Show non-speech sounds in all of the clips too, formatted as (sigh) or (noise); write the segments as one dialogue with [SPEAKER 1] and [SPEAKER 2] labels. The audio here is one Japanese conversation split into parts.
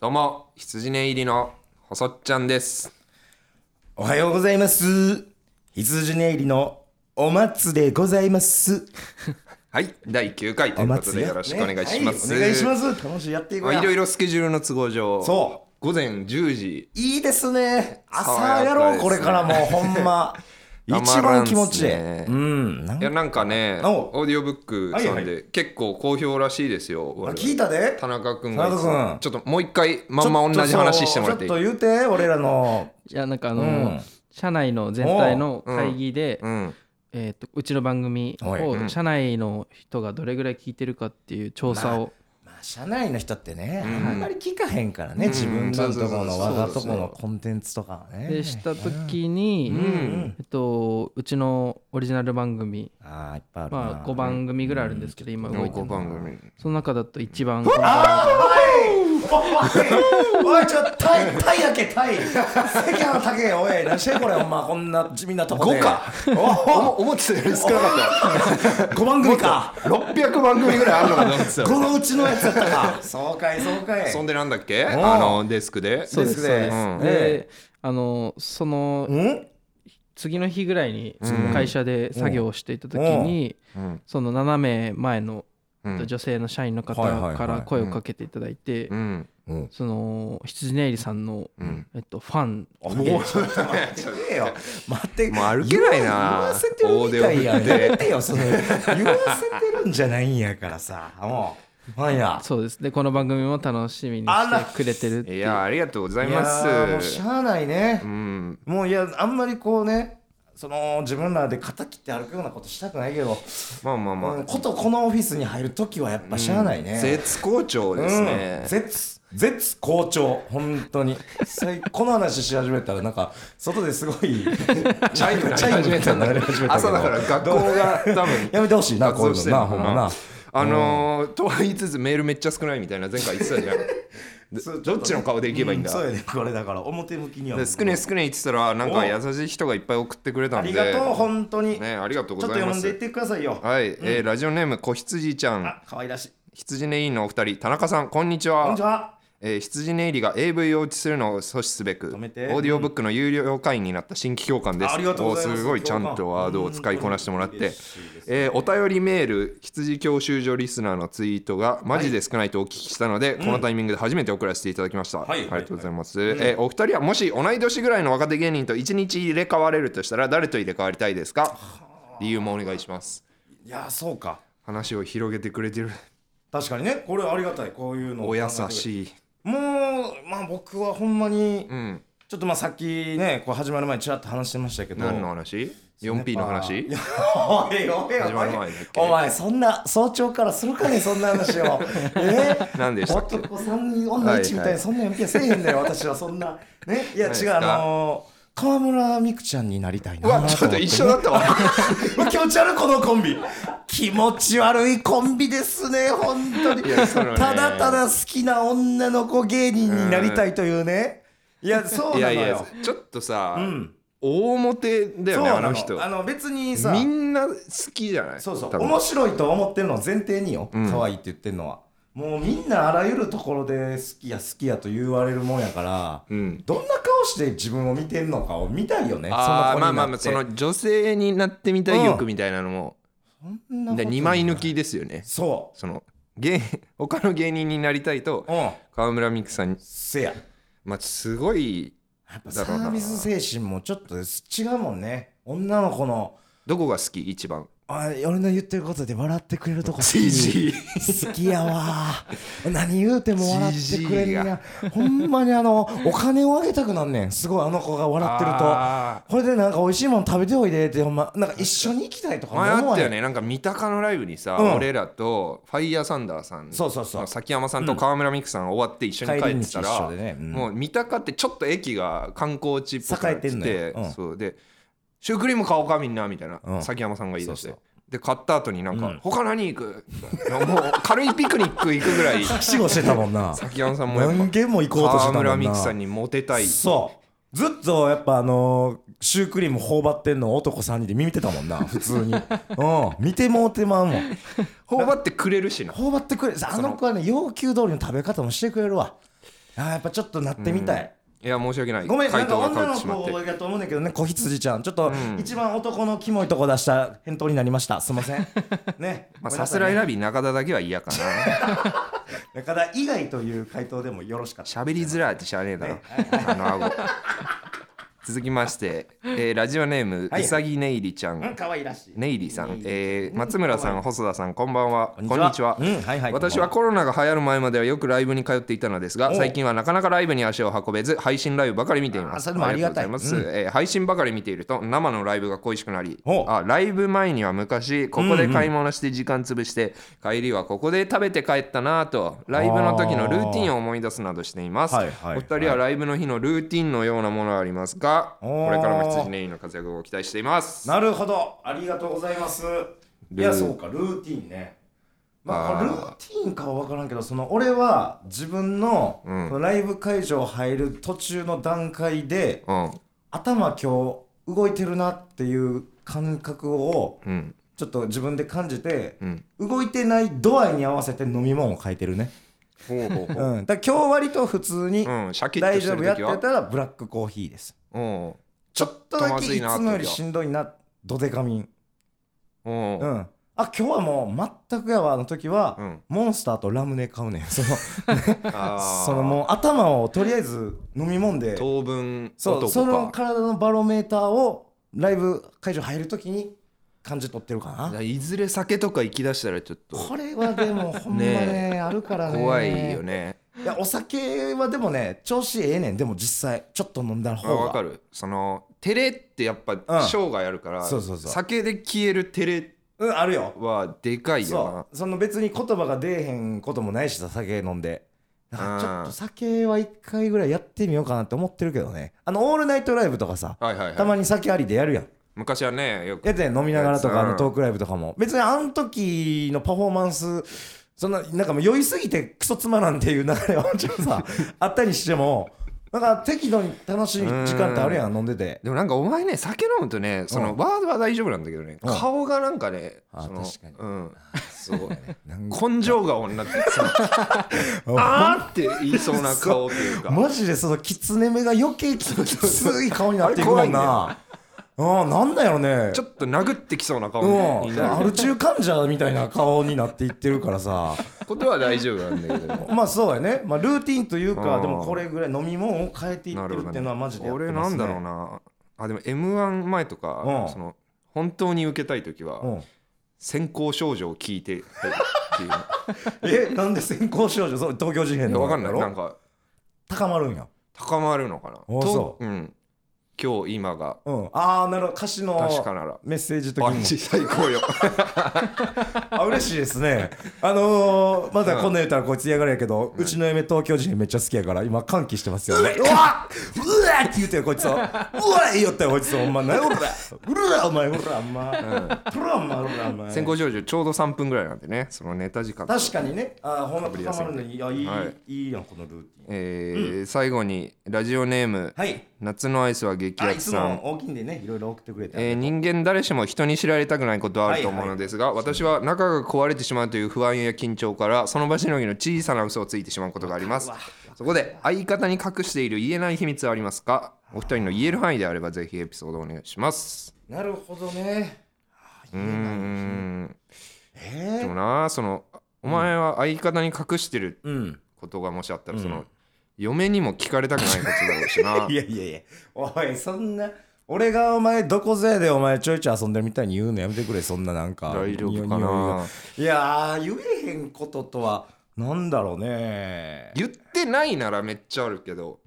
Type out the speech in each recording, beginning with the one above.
[SPEAKER 1] どうも羊根入りの細っちゃんです
[SPEAKER 2] おはようございます。羊ね入りのお松でございます。
[SPEAKER 1] はい第9回とい
[SPEAKER 2] お
[SPEAKER 1] うこと
[SPEAKER 2] 松
[SPEAKER 1] で
[SPEAKER 2] ね
[SPEAKER 1] よろしくお願いします、
[SPEAKER 2] はいお願いします。楽しいやっていこ
[SPEAKER 1] まあ
[SPEAKER 2] うや。
[SPEAKER 1] いろいろスケジュールの都合上
[SPEAKER 2] そう
[SPEAKER 1] 午前10時
[SPEAKER 2] いいですね。朝
[SPEAKER 1] 爽やか
[SPEAKER 2] やろ
[SPEAKER 1] ですね
[SPEAKER 2] う、これからもう、ほんま。
[SPEAKER 1] (laughs) た
[SPEAKER 2] 一
[SPEAKER 1] まらん
[SPEAKER 2] 番
[SPEAKER 1] っすね
[SPEAKER 2] 気持ちいい。うん。な
[SPEAKER 1] い
[SPEAKER 2] んか
[SPEAKER 1] やなんかねオ
[SPEAKER 2] お
[SPEAKER 1] ーディオブックさんで、
[SPEAKER 2] はいは
[SPEAKER 1] 結構好評らしいですよ
[SPEAKER 2] あ
[SPEAKER 1] 我々
[SPEAKER 2] 聞いたで
[SPEAKER 1] 田中君が
[SPEAKER 2] 田中君
[SPEAKER 1] ちょっともう一回まんま同じ話してもらっていい
[SPEAKER 2] ちょっと言うて、俺らの。
[SPEAKER 3] いやなんかあの、
[SPEAKER 2] うん
[SPEAKER 3] 社内の全体の会議で、う
[SPEAKER 1] うん
[SPEAKER 3] えー、とうちの番組
[SPEAKER 2] おい
[SPEAKER 1] うん
[SPEAKER 3] を社内の人がどれぐらい聞いてるかっていう調査を、
[SPEAKER 2] まあ、社内の人ってね、
[SPEAKER 1] うん
[SPEAKER 2] あんまり聞かへんからね、
[SPEAKER 1] うん
[SPEAKER 2] 自分のところ
[SPEAKER 1] そうそうそう
[SPEAKER 2] の
[SPEAKER 1] そう
[SPEAKER 2] 我がとこのコンテンツとかはね。
[SPEAKER 3] でした時に、
[SPEAKER 1] うん
[SPEAKER 3] えっと、うちのオリジナル番組、
[SPEAKER 2] ああ、いっぱいあるな。
[SPEAKER 3] まあ、5番組ぐらいあるんですけど、今動いて
[SPEAKER 1] 5
[SPEAKER 3] る
[SPEAKER 1] 番組
[SPEAKER 3] その中だと一番
[SPEAKER 2] おいおいちょっとタイタイやけタイ世間の高えおい何してんこれほんまこんな地味なとこで
[SPEAKER 1] 5か
[SPEAKER 2] お
[SPEAKER 1] 思ってたより少なか
[SPEAKER 2] (laughs)
[SPEAKER 1] った
[SPEAKER 2] 5番組か
[SPEAKER 1] 600番組ぐらいあるのかと思ってた (laughs)
[SPEAKER 2] このうちのやつだったかそうかいそうかい
[SPEAKER 1] そん
[SPEAKER 2] で
[SPEAKER 1] でなんだっけ
[SPEAKER 2] おう
[SPEAKER 1] あのデスクで
[SPEAKER 2] そうですね
[SPEAKER 1] うん
[SPEAKER 3] であのその
[SPEAKER 2] うん
[SPEAKER 3] 次の日ぐらいに
[SPEAKER 1] うん
[SPEAKER 3] 会社で作業をしていた時に、
[SPEAKER 1] うん
[SPEAKER 3] その斜め前の
[SPEAKER 1] うん
[SPEAKER 3] 女性の社員の方
[SPEAKER 2] はいはいはい
[SPEAKER 3] から声をかけていただいて、
[SPEAKER 1] うん
[SPEAKER 2] うん
[SPEAKER 3] その羊ねいりさんの、
[SPEAKER 1] うん
[SPEAKER 3] えっと、ファン
[SPEAKER 2] おいちょっと待ってくれよ待って
[SPEAKER 1] もう歩けないな
[SPEAKER 2] 言わせてるみたいや
[SPEAKER 1] オー
[SPEAKER 2] ん
[SPEAKER 1] ディオで
[SPEAKER 2] やめてよその言わせてるんじゃないんやからさもうファンや
[SPEAKER 3] そうですねこの番組も楽しみに
[SPEAKER 2] あら
[SPEAKER 3] してくれてるって
[SPEAKER 1] い
[SPEAKER 3] いう
[SPEAKER 1] やありがとうござい
[SPEAKER 2] いや
[SPEAKER 1] ま
[SPEAKER 2] ーもう
[SPEAKER 1] す
[SPEAKER 2] しゃあないね
[SPEAKER 1] うん
[SPEAKER 2] もういやあんまりこうねその自分らで肩切って歩くようなことしたくないけど、
[SPEAKER 1] まあまあま
[SPEAKER 2] うん
[SPEAKER 1] あ
[SPEAKER 2] ことこのオフィスに入るときはやっぱしゃあないね、
[SPEAKER 1] 絶好調ですね
[SPEAKER 2] うん絶絶好調本当に最 (laughs) この話し始めたらなんか外ですご
[SPEAKER 1] (laughs)
[SPEAKER 2] いチャイムチャイム
[SPEAKER 1] 始めたんだ
[SPEAKER 2] 鳴り始めたけど
[SPEAKER 1] 朝だから学校が (laughs) 多分
[SPEAKER 2] やめてほしいな
[SPEAKER 1] 活
[SPEAKER 2] こうい
[SPEAKER 1] 動
[SPEAKER 2] う
[SPEAKER 1] して
[SPEAKER 2] の
[SPEAKER 1] る
[SPEAKER 2] な
[SPEAKER 1] の
[SPEAKER 2] ほ
[SPEAKER 1] か
[SPEAKER 2] んまな
[SPEAKER 1] なあのーとは言いつつメールめっちゃ少ないみたいな前回言ってたじゃん
[SPEAKER 2] そう
[SPEAKER 1] どっちの顔でいけばいいんだ
[SPEAKER 2] うそうやねこれだから表向きには
[SPEAKER 1] で少ね少ね言ってたらなんか優しい人がいっぱい送ってくれた
[SPEAKER 2] あ
[SPEAKER 1] んで
[SPEAKER 2] りがとう本当に、
[SPEAKER 1] ねありがとうご
[SPEAKER 2] ちょっと
[SPEAKER 1] ざいま
[SPEAKER 2] 読ん
[SPEAKER 1] す
[SPEAKER 2] でいってくださいよ
[SPEAKER 1] はい、えーラジオネーム子羊ちゃん
[SPEAKER 2] あ可愛らしい
[SPEAKER 1] 羊ねいのお二人田中さんこんにちは
[SPEAKER 2] こんにちは
[SPEAKER 1] えー羊ネイリが AV を打ちするのを阻止すべくオ
[SPEAKER 2] 止
[SPEAKER 1] ー
[SPEAKER 2] め
[SPEAKER 1] デ
[SPEAKER 2] て
[SPEAKER 1] ィオブックの有料会員になった新規教官です
[SPEAKER 2] ありがとうございます
[SPEAKER 1] おーごいちゃんとワードを使いこなしてもらっ
[SPEAKER 2] う
[SPEAKER 1] て
[SPEAKER 2] ん嬉しいです
[SPEAKER 1] えーお便りメール羊教習所リスナーのツイートがマジで少ないとお聞きしたので、このタイミングで初めて送らせていただきました、
[SPEAKER 2] はい
[SPEAKER 1] ありがとうございます、えーお二人はもし同い年ぐらいの若手芸人と一日入れ替われるとしたら誰と入れ替わりたいですか理由もお願いします
[SPEAKER 2] いやそうか
[SPEAKER 1] 話を広げてくれてる
[SPEAKER 2] 確かにねこれありがたいこういうの
[SPEAKER 1] お優
[SPEAKER 2] い
[SPEAKER 1] しい
[SPEAKER 2] もうまあ僕はほんまに
[SPEAKER 1] うん
[SPEAKER 2] ちょっとまあさっきねこう始まる前にちらっと話してましたけど
[SPEAKER 1] 何の話 ?4P の話
[SPEAKER 2] いやおいおいおい
[SPEAKER 1] 始まる前だっけ
[SPEAKER 2] お前そんな早朝からするかねそんな
[SPEAKER 1] (laughs)
[SPEAKER 2] 話をえ
[SPEAKER 1] 何でしたっけ
[SPEAKER 2] 男三人女一みた
[SPEAKER 1] はいは
[SPEAKER 2] い
[SPEAKER 1] い
[SPEAKER 2] なそんな MP せえへ
[SPEAKER 1] (laughs)
[SPEAKER 2] んだよ私はそんなねいや
[SPEAKER 1] 何です
[SPEAKER 2] 違う
[SPEAKER 1] か
[SPEAKER 2] あのー河村美空ちゃんになりたいな
[SPEAKER 1] うわちょっと一緒だったわ
[SPEAKER 2] うわ気持ち悪いこのコンビ気持ち悪いコンビですね本当に
[SPEAKER 1] いやそれはね
[SPEAKER 2] ただただ好きな女の子芸人になりたいというね (laughs) いやそう
[SPEAKER 1] い
[SPEAKER 2] な
[SPEAKER 1] や
[SPEAKER 2] の
[SPEAKER 1] いや
[SPEAKER 2] よ
[SPEAKER 1] ちょっとさ、
[SPEAKER 2] うん
[SPEAKER 1] 大表だよ
[SPEAKER 2] そう
[SPEAKER 1] ね
[SPEAKER 2] な
[SPEAKER 1] あの人
[SPEAKER 2] あの別にさ
[SPEAKER 1] みんな好きじゃない
[SPEAKER 2] そう
[SPEAKER 1] 多
[SPEAKER 2] そう
[SPEAKER 1] 分
[SPEAKER 2] 面白いと思ってるのを前提によ
[SPEAKER 1] うん
[SPEAKER 2] 可愛いって言ってるのはもうみんなあらゆるところで好きや好きやと言われるもんやから
[SPEAKER 1] うん
[SPEAKER 2] どんな顔して自分を見てるのかを見たいよねその
[SPEAKER 1] あー
[SPEAKER 2] 子に
[SPEAKER 1] まあ
[SPEAKER 2] なって
[SPEAKER 1] まあまあその女性になってみたい欲みたいなのも、
[SPEAKER 2] そんなこ
[SPEAKER 1] で
[SPEAKER 2] とない
[SPEAKER 1] 2枚抜きですよね
[SPEAKER 2] そ
[SPEAKER 1] その芸他の芸人になりたいと
[SPEAKER 2] ううん
[SPEAKER 1] 川村美空さんに
[SPEAKER 2] せや
[SPEAKER 1] まあすごい
[SPEAKER 2] やっぱサ
[SPEAKER 1] だろうな
[SPEAKER 2] ービス精神もちょっと違うもんね女の子の
[SPEAKER 1] どこが好き一
[SPEAKER 2] (laughs)
[SPEAKER 1] 番
[SPEAKER 2] あ俺の言ってることで笑ってくれるとこ好き
[SPEAKER 1] (laughs) CG
[SPEAKER 2] 好きやわ何言うても笑ってくれんやほんまにあのお金をあげたくなんねんすごいあの子が笑ってると
[SPEAKER 1] あ
[SPEAKER 2] これでなんか美味しいもん食べておいでってほんまなんか一緒に行きたいとか
[SPEAKER 1] ー
[SPEAKER 2] も
[SPEAKER 1] 前
[SPEAKER 2] 思
[SPEAKER 1] あっ
[SPEAKER 2] わ
[SPEAKER 1] た
[SPEAKER 2] へ
[SPEAKER 1] よ
[SPEAKER 2] ん
[SPEAKER 1] ねなんか三鷹のライブにさ、
[SPEAKER 2] うん
[SPEAKER 1] 俺らとファイヤーサンダーさん
[SPEAKER 2] そうそうそう
[SPEAKER 1] 崎山さんと川村美空さん終わって一緒に帰ってたら、
[SPEAKER 2] 帰り道一緒でねうん
[SPEAKER 1] もう三鷹ってちょっと駅が観光地っぽくなっ
[SPEAKER 2] 栄えてんの
[SPEAKER 1] て
[SPEAKER 2] ようん
[SPEAKER 1] そうでシュークリーム買おうかみんなみたいな、
[SPEAKER 2] うん
[SPEAKER 1] 崎山さんが言い出して。
[SPEAKER 2] そう
[SPEAKER 1] で買った後になんか、
[SPEAKER 2] うん
[SPEAKER 1] 他何行くもう軽いピクニック行くぐらい
[SPEAKER 2] (laughs) 死後してたもんな
[SPEAKER 1] 崎山 (laughs) さんもやっ
[SPEAKER 2] 何軒も行
[SPEAKER 1] ぱ
[SPEAKER 2] こうとして
[SPEAKER 1] 川
[SPEAKER 2] たもんな
[SPEAKER 1] 村美空さんにモテたい
[SPEAKER 2] そうずっとやっぱあのーシュークリーム頬張ってんの男3人で見てた
[SPEAKER 1] (laughs)
[SPEAKER 2] もんな普通にうん見てもうてまうもん
[SPEAKER 1] 頬張ってくれるしな
[SPEAKER 2] 頬張ってくれあの子はね要求通りの食べ方もしてくれるわあーやっぱちょっとなってみたい、
[SPEAKER 1] いや申し訳ない
[SPEAKER 2] ごめんな
[SPEAKER 1] 回
[SPEAKER 2] んか
[SPEAKER 1] 答が変
[SPEAKER 2] 女
[SPEAKER 1] わっ
[SPEAKER 2] の
[SPEAKER 1] てしまって
[SPEAKER 2] 子だと思うんだけどね子羊ちゃんちょっと一番男のキモいとこ出した返答になりましたすいませ
[SPEAKER 1] (laughs)
[SPEAKER 2] ん
[SPEAKER 1] まあ、
[SPEAKER 2] ねごめんな
[SPEAKER 1] さ
[SPEAKER 2] さ
[SPEAKER 1] す
[SPEAKER 2] いね
[SPEAKER 1] らいラビ中田だけは嫌かな
[SPEAKER 2] 中田以外という回答でもよろしかった
[SPEAKER 1] 喋りづらいって知らねえだろあの顎続きまして、えーラジオネーム
[SPEAKER 2] はいう
[SPEAKER 1] さぎねいりちゃん、
[SPEAKER 2] 可愛らしい
[SPEAKER 1] ネイリーさん、えー松村さん、細田さん、こんばんは。こん
[SPEAKER 2] ん
[SPEAKER 1] に
[SPEAKER 2] に
[SPEAKER 1] ち
[SPEAKER 2] ち
[SPEAKER 1] は
[SPEAKER 2] は。うんはいはい
[SPEAKER 1] 私はコロナが流行る前まではよくライブに通っていたのですが、
[SPEAKER 2] お
[SPEAKER 1] 最近はなかなかライブに足を運べず、配信ライブばかり見ていま
[SPEAKER 2] あ
[SPEAKER 1] す。
[SPEAKER 2] それもありがたい
[SPEAKER 1] ありがとうございます。えー配信ばかり見ていると、生のライブが恋しくなり、
[SPEAKER 2] お
[SPEAKER 1] あライブ前には昔、ここで買い物して時間潰して、帰りはここで食べて帰ったなぁと、ライブの時のルーティンを思い出すなどしています。
[SPEAKER 2] あーはいはい
[SPEAKER 1] お二人はライブの日のルーティンのようなものはありますか
[SPEAKER 2] おー
[SPEAKER 1] これからも羊ネイリーの活躍を期待しています。
[SPEAKER 2] なるほどありがとうございますい
[SPEAKER 1] ル
[SPEAKER 2] や
[SPEAKER 1] ー
[SPEAKER 2] そうかルーティンねま
[SPEAKER 1] あ
[SPEAKER 2] あ
[SPEAKER 1] ー
[SPEAKER 2] ルーティンかは分からんけどその俺は自分の
[SPEAKER 1] うん
[SPEAKER 2] そのライブ会場入る途中の段階で
[SPEAKER 1] うん。
[SPEAKER 2] 頭今日動いてるなっていう感覚を
[SPEAKER 1] うん。
[SPEAKER 2] ちょっと自分で感じて
[SPEAKER 1] うん。
[SPEAKER 2] 動いてない度合いに合わせて飲み物を変えてるね
[SPEAKER 1] ほうほうほ
[SPEAKER 2] うんだから今日割と普通に
[SPEAKER 1] う。うん、シャキッと
[SPEAKER 2] 大
[SPEAKER 1] し
[SPEAKER 2] 丈
[SPEAKER 1] て
[SPEAKER 2] 夫
[SPEAKER 1] る
[SPEAKER 2] やっ
[SPEAKER 1] 時
[SPEAKER 2] て
[SPEAKER 1] は。
[SPEAKER 2] たらブラックコーヒーです
[SPEAKER 1] うん。うん。
[SPEAKER 2] ちょっとだ
[SPEAKER 1] ま
[SPEAKER 2] け
[SPEAKER 1] ず
[SPEAKER 2] い
[SPEAKER 1] いな
[SPEAKER 2] つもよりしんどいなドデカミンう
[SPEAKER 1] うん
[SPEAKER 2] あ今日はもう全くやわの時は、
[SPEAKER 1] ん。
[SPEAKER 2] モンスターとラムネ買うねん (laughs) その
[SPEAKER 1] あー
[SPEAKER 2] そのもう頭をとりあえず飲み物で
[SPEAKER 1] 当分
[SPEAKER 2] そ
[SPEAKER 1] 男
[SPEAKER 2] う
[SPEAKER 1] か。
[SPEAKER 2] その体のバロメーターをライブ会場入る時に感じ取ってるか
[SPEAKER 1] いや
[SPEAKER 2] ない
[SPEAKER 1] ずれ酒とか行き出したらちょっと
[SPEAKER 2] これはでもほんまね
[SPEAKER 1] ね
[SPEAKER 2] あるからね
[SPEAKER 1] 怖いよね。
[SPEAKER 2] いやお酒はでもね調子ええねんでも実際ちょっと飲んだ
[SPEAKER 1] あ
[SPEAKER 2] 方が
[SPEAKER 1] わかる。そのテレってやっぱ
[SPEAKER 2] ん
[SPEAKER 1] 生涯あるから、
[SPEAKER 2] そうそうそう
[SPEAKER 1] 酒で消えるテレ
[SPEAKER 2] うんあるよ
[SPEAKER 1] はでかいよ
[SPEAKER 2] そうその別に言葉が出えへんこともないしさ酒飲んでだからちょっ
[SPEAKER 1] うん
[SPEAKER 2] と酒は一回ぐらいやってみようかなって思ってるけどねあのオールナイトライブとかさ
[SPEAKER 1] な。はいはい
[SPEAKER 2] た
[SPEAKER 1] はい。
[SPEAKER 2] まに酒ありでやるやん
[SPEAKER 1] 昔はねよく
[SPEAKER 2] やって飲みながらとかあ
[SPEAKER 1] う
[SPEAKER 2] の
[SPEAKER 1] ん
[SPEAKER 2] トークライブとかも別にあの時のパフォーマンスそんななんかもう酔いすぎてクソつまらんっていう流れはちょっと
[SPEAKER 1] (laughs)
[SPEAKER 2] さあったりしてもなんか適度に楽しい時間ってあるやん飲んでて
[SPEAKER 1] でもなんかお前ね酒飲むとねその
[SPEAKER 2] うん
[SPEAKER 1] ワードは大丈夫なんだけどね
[SPEAKER 2] うん
[SPEAKER 1] 顔がなんかね
[SPEAKER 2] あ
[SPEAKER 1] その
[SPEAKER 2] 確かに
[SPEAKER 1] うんそう
[SPEAKER 2] なんか
[SPEAKER 1] 根性顔になってその
[SPEAKER 2] (laughs)
[SPEAKER 1] あーって言いそうな顔というか
[SPEAKER 2] マジでそのキツネ目が余計ききつい顔になっていく
[SPEAKER 1] あ
[SPEAKER 2] も
[SPEAKER 1] れ怖いん
[SPEAKER 2] ん
[SPEAKER 1] だ
[SPEAKER 2] な。うん、なんだよね。
[SPEAKER 1] ちょっと殴ってきそうな顔
[SPEAKER 2] う
[SPEAKER 1] に
[SPEAKER 2] ん、
[SPEAKER 1] な
[SPEAKER 2] ア
[SPEAKER 1] る
[SPEAKER 2] ル中患者みたいな顔になっていってるか
[SPEAKER 1] (laughs)
[SPEAKER 2] らさ。
[SPEAKER 1] ことは大丈夫なんだけど
[SPEAKER 2] まあそうやね。まあルーティンという
[SPEAKER 1] う
[SPEAKER 2] か、
[SPEAKER 1] ん
[SPEAKER 2] でもこれぐらい飲み物を変えていってるっていうのはマジでやって
[SPEAKER 1] 俺
[SPEAKER 2] ま
[SPEAKER 1] な
[SPEAKER 2] す
[SPEAKER 1] ん
[SPEAKER 2] ね。
[SPEAKER 1] だろうなあでも m 1前とか、
[SPEAKER 2] うん
[SPEAKER 1] その本当に受けたい時は、
[SPEAKER 2] うん。
[SPEAKER 1] 先行症状を聞いてっていうい
[SPEAKER 2] え、なんで先行少女、そう東京事変
[SPEAKER 1] や
[SPEAKER 2] の
[SPEAKER 1] わかんない
[SPEAKER 2] やろ
[SPEAKER 1] なんか
[SPEAKER 2] 高まるんや。
[SPEAKER 1] 高まるのかな、
[SPEAKER 2] おそう
[SPEAKER 1] ん、今日今が
[SPEAKER 2] うん。ああ、なるほど。歌詞の
[SPEAKER 1] 確かなら
[SPEAKER 2] メッセージ的
[SPEAKER 1] マ
[SPEAKER 2] にも
[SPEAKER 1] ジ最高
[SPEAKER 2] (laughs)
[SPEAKER 1] よ
[SPEAKER 2] あ嬉しいで
[SPEAKER 1] (laughs)
[SPEAKER 2] すね。あのー、まだこんなん言ったらこいつ嫌がるやけど、うちの嫁東京人めっちゃ好きやから、今歓喜してますよ、ね。うわうわって言うてよ、こいつを。うわいいよってよ、こいつを。お前、何やおらうらお前、おら、お前。プロお前、おら、お前。
[SPEAKER 1] 先行症状ちょうど3分ぐらいなんでねそのネタ時間
[SPEAKER 2] 確かにね、あーほんま
[SPEAKER 1] ぶりやすい
[SPEAKER 2] 高まるのいい、いやいい、
[SPEAKER 1] はい
[SPEAKER 2] い、いやん、このルーティン。
[SPEAKER 1] えー最後にラジオネーム、
[SPEAKER 2] はい。
[SPEAKER 1] 夏のアイスは激
[SPEAKER 2] あ、
[SPEAKER 1] ア
[SPEAKER 2] い
[SPEAKER 1] ツ
[SPEAKER 2] つ
[SPEAKER 1] さん
[SPEAKER 2] も大きいんでね、いろいろ送ってくれて。
[SPEAKER 1] えー人間誰しも人に知られたくないことはあると思うのですが、私は仲が壊れてしまうという不安や緊張からその場しのぎの小さな嘘をついてしまうことがありますそこで相方に隠している言えない秘密はありますかお二人の言える範囲であればぜひエピソードお願いします
[SPEAKER 2] なるほどね。
[SPEAKER 1] うーんで
[SPEAKER 2] え
[SPEAKER 1] もなそのお前は相方に隠してる
[SPEAKER 2] ー、うん。
[SPEAKER 1] ことがもしあったら、そうの
[SPEAKER 2] ん
[SPEAKER 1] 嫁にも聞かれたくないことだろうしな
[SPEAKER 2] いやいやいや、おい、そんな、俺がお前、どこぜでお前、ちょいちょい遊んでるみたいに言うのやめてくれ、そんななんか。
[SPEAKER 1] 大丈夫か
[SPEAKER 2] 匂い
[SPEAKER 1] な
[SPEAKER 2] がいやー、言えへんこととは、なんだろうね。
[SPEAKER 1] 言ってないならめっちゃあるけど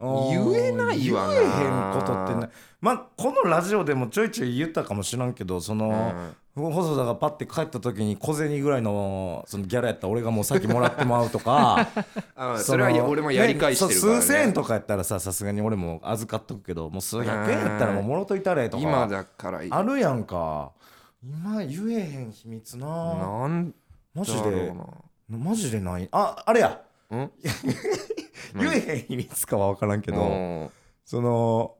[SPEAKER 2] うん
[SPEAKER 1] 言えないわな
[SPEAKER 2] 言えへんことってな。まあ、このラジオでもちょいちょい言ったかもしらんけど、その、細田がパッて帰った時に小銭ぐらいのそのギャラやったら俺がもう先もらってもらうと
[SPEAKER 1] (laughs)
[SPEAKER 2] か
[SPEAKER 1] あ
[SPEAKER 2] の
[SPEAKER 1] それはや俺もやり返してるから、ね
[SPEAKER 2] ねそう数千円とかやったらささすがに俺も預かっとくけどもう数百円やったらもうもろといたれとか
[SPEAKER 1] 今だからいい
[SPEAKER 2] あるやんか今言えへん秘密な
[SPEAKER 1] なん
[SPEAKER 2] マジ
[SPEAKER 1] だろ
[SPEAKER 2] で
[SPEAKER 1] うな
[SPEAKER 2] マジでないああれや
[SPEAKER 1] ん
[SPEAKER 2] 言えへん秘密かは分からんけ
[SPEAKER 1] け
[SPEAKER 2] ど、その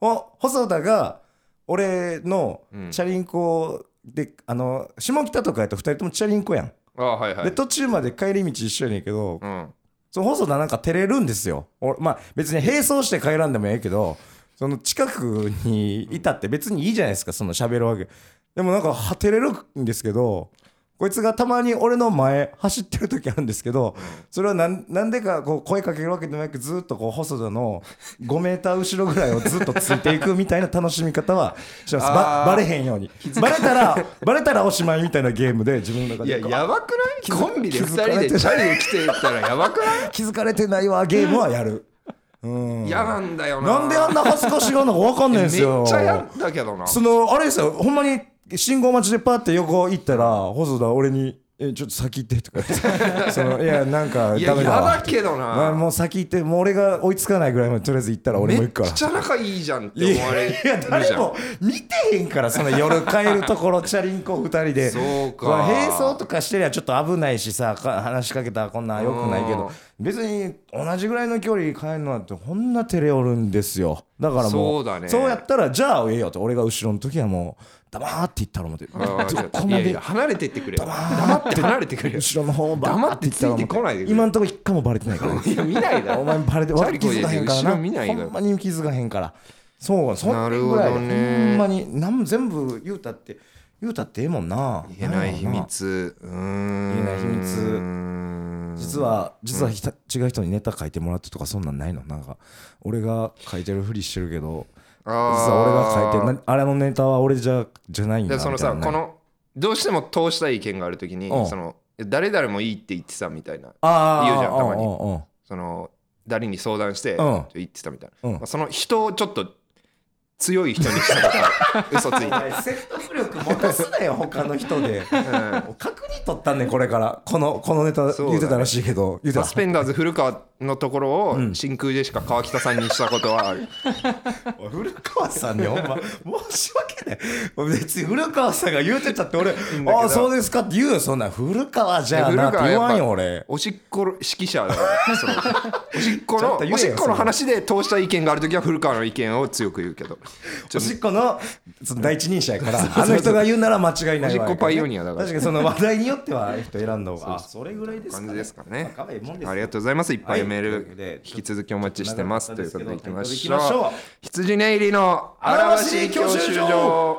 [SPEAKER 2] お細田が俺の
[SPEAKER 1] うん
[SPEAKER 2] チャリンコで、あの下北とかやと2人ともチャリンコやん、
[SPEAKER 1] あはいはい
[SPEAKER 2] で途中まで帰り道一緒やねんけど、
[SPEAKER 1] うん
[SPEAKER 2] その細田なんか照れるんですよ俺まあ別に並走して帰らんでもええけどその近くにいたって別にいいじゃないですかその喋るわけでもなんかは照れるんですけどこいつがたまに俺の前走ってる時あるんですけどそれはなんなんでかこう声かけるわけでもなくずっとこう細田の5メーター後ろぐらいをずっとついていくみたいな楽しみ方はしますば
[SPEAKER 1] あー
[SPEAKER 2] バレへんようにバレたらバレたらおしまいみたいなゲームで自分の中
[SPEAKER 1] い
[SPEAKER 2] で
[SPEAKER 1] や
[SPEAKER 2] こう
[SPEAKER 1] やばくない
[SPEAKER 2] づ
[SPEAKER 1] コンビで
[SPEAKER 2] 気
[SPEAKER 1] 2
[SPEAKER 2] づか
[SPEAKER 1] 人
[SPEAKER 2] れてな
[SPEAKER 1] で
[SPEAKER 2] い
[SPEAKER 1] チャリで来てたらやばくない
[SPEAKER 2] 気づかれてないわゲームはやるうん
[SPEAKER 1] 嫌なんだよな
[SPEAKER 2] なんであんな恥ずかしがんのか分かんないんですよ
[SPEAKER 1] めっちゃ嫌だけどな
[SPEAKER 2] そのあれですよほんまに信号待ちでパって横行ったら細田俺に「えちょっと先行って」とか言って
[SPEAKER 1] (laughs)
[SPEAKER 2] そのいやなんか
[SPEAKER 1] いや
[SPEAKER 2] ダメ
[SPEAKER 1] 嫌
[SPEAKER 2] だわ
[SPEAKER 1] だけど
[SPEAKER 2] まあ
[SPEAKER 1] な
[SPEAKER 2] もう先行ってもう俺が追いつかないぐらいまでとりあえず行ったら俺
[SPEAKER 1] め
[SPEAKER 2] も行
[SPEAKER 1] っ
[SPEAKER 2] くから
[SPEAKER 1] ちゃ仲いいじゃんっ
[SPEAKER 2] い
[SPEAKER 1] て思わ
[SPEAKER 2] や
[SPEAKER 1] れ
[SPEAKER 2] い
[SPEAKER 1] るじゃ
[SPEAKER 2] や
[SPEAKER 1] ん
[SPEAKER 2] 誰も見てへんからその夜帰るところチャリンコ2人で
[SPEAKER 1] そうか
[SPEAKER 2] まあ並走とかしてりゃちょっと危ないしさか話しかけたらこんなんよくないけど別に同じぐらいの距離帰るのなんてこんな照れおるんですよだからもう
[SPEAKER 1] そうだね
[SPEAKER 2] そうやったらじゃあええよと俺が後ろの時はもう黙って行ったら思って
[SPEAKER 1] あー
[SPEAKER 2] どこ
[SPEAKER 1] いや
[SPEAKER 2] ま
[SPEAKER 1] いや
[SPEAKER 2] で
[SPEAKER 1] 離れてってくれよ黙って離れてくれよ
[SPEAKER 2] 後ろの方ば
[SPEAKER 1] 黙ってついてこないでくれ
[SPEAKER 2] 今んとこ一回もバレてないから
[SPEAKER 1] (laughs) いや見ないだ
[SPEAKER 2] お
[SPEAKER 1] ろ
[SPEAKER 2] 前バレて
[SPEAKER 1] チ
[SPEAKER 2] わ
[SPEAKER 1] ャ
[SPEAKER 2] 気
[SPEAKER 1] リこい
[SPEAKER 2] づ
[SPEAKER 1] で
[SPEAKER 2] か
[SPEAKER 1] て
[SPEAKER 2] へんから
[SPEAKER 1] 後
[SPEAKER 2] な
[SPEAKER 1] ろ見ないから
[SPEAKER 2] ほんまに気づかへんからそうそん
[SPEAKER 1] なる
[SPEAKER 2] ぐ
[SPEAKER 1] ほ
[SPEAKER 2] らい
[SPEAKER 1] どね
[SPEAKER 2] ほんまになん全部言うたって言うたってええもんな
[SPEAKER 1] 言えない秘
[SPEAKER 2] んやろ
[SPEAKER 1] 密うーん
[SPEAKER 2] 言えない秘密
[SPEAKER 1] 密
[SPEAKER 2] な実は実はひた違う人にネタ書いてもらってとかそんなんないのなんか俺が書いてるふりしてるけど
[SPEAKER 1] あ
[SPEAKER 2] 実は俺が書いてるなあれのネタは俺じゃじゃないんだ
[SPEAKER 1] でそのさ
[SPEAKER 2] みた
[SPEAKER 1] こ
[SPEAKER 2] いなね
[SPEAKER 1] のどうしても通したい意見があるときに
[SPEAKER 2] うん
[SPEAKER 1] その誰々もいいって言ってたみたいな
[SPEAKER 2] ああ
[SPEAKER 1] 言うじゃんたまに
[SPEAKER 2] に
[SPEAKER 1] その誰に相談して
[SPEAKER 2] ん
[SPEAKER 1] ちょっと言ってたみたいな、
[SPEAKER 2] うん
[SPEAKER 1] まあ、その人をちょっと強い人にしたとか
[SPEAKER 2] (laughs)
[SPEAKER 1] 嘘ついて、
[SPEAKER 2] 説得力持たすなよ他の人で
[SPEAKER 1] うん
[SPEAKER 2] 確認取ったねこれからこのこのネタ
[SPEAKER 1] そうだね
[SPEAKER 2] 言ってたらしいけど言って
[SPEAKER 1] サ
[SPEAKER 2] た
[SPEAKER 1] スペンダーズ古川のところを
[SPEAKER 2] うん
[SPEAKER 1] 真空ジェシカ川北さんにしたことはある、
[SPEAKER 2] おい古川さんにほんま申し訳ないおい別に古川さんが言うてたって俺
[SPEAKER 1] んだけど
[SPEAKER 2] ああそうですかって言うよそんなん古川じゃあなって言わんよ俺
[SPEAKER 1] おしっこ指揮者だから
[SPEAKER 2] (laughs)
[SPEAKER 1] そのおしっこ
[SPEAKER 2] ちょっ
[SPEAKER 1] の
[SPEAKER 2] と言えよ
[SPEAKER 1] おしっこ
[SPEAKER 2] それ
[SPEAKER 1] の話で通したい意見があるときは古川の意見を強く言うけどちょ
[SPEAKER 2] おしっこのその第一人者やからあの人が言うなら間違いないわ
[SPEAKER 1] おしっこ
[SPEAKER 2] やからね
[SPEAKER 1] パイオニアだから
[SPEAKER 2] 確かにその話題によってはああいう人選んだ方があそれぐらいですか
[SPEAKER 1] 感
[SPEAKER 2] ね
[SPEAKER 1] じですかね
[SPEAKER 2] 若いもんですよ
[SPEAKER 1] ありがとうございますいっぱいメー
[SPEAKER 2] はいというわけで
[SPEAKER 1] ル引き続きお待ちしてますということでいきまし
[SPEAKER 2] ということ
[SPEAKER 1] ょ
[SPEAKER 2] でいきましょう
[SPEAKER 1] う羊ネイリの荒々しい教習所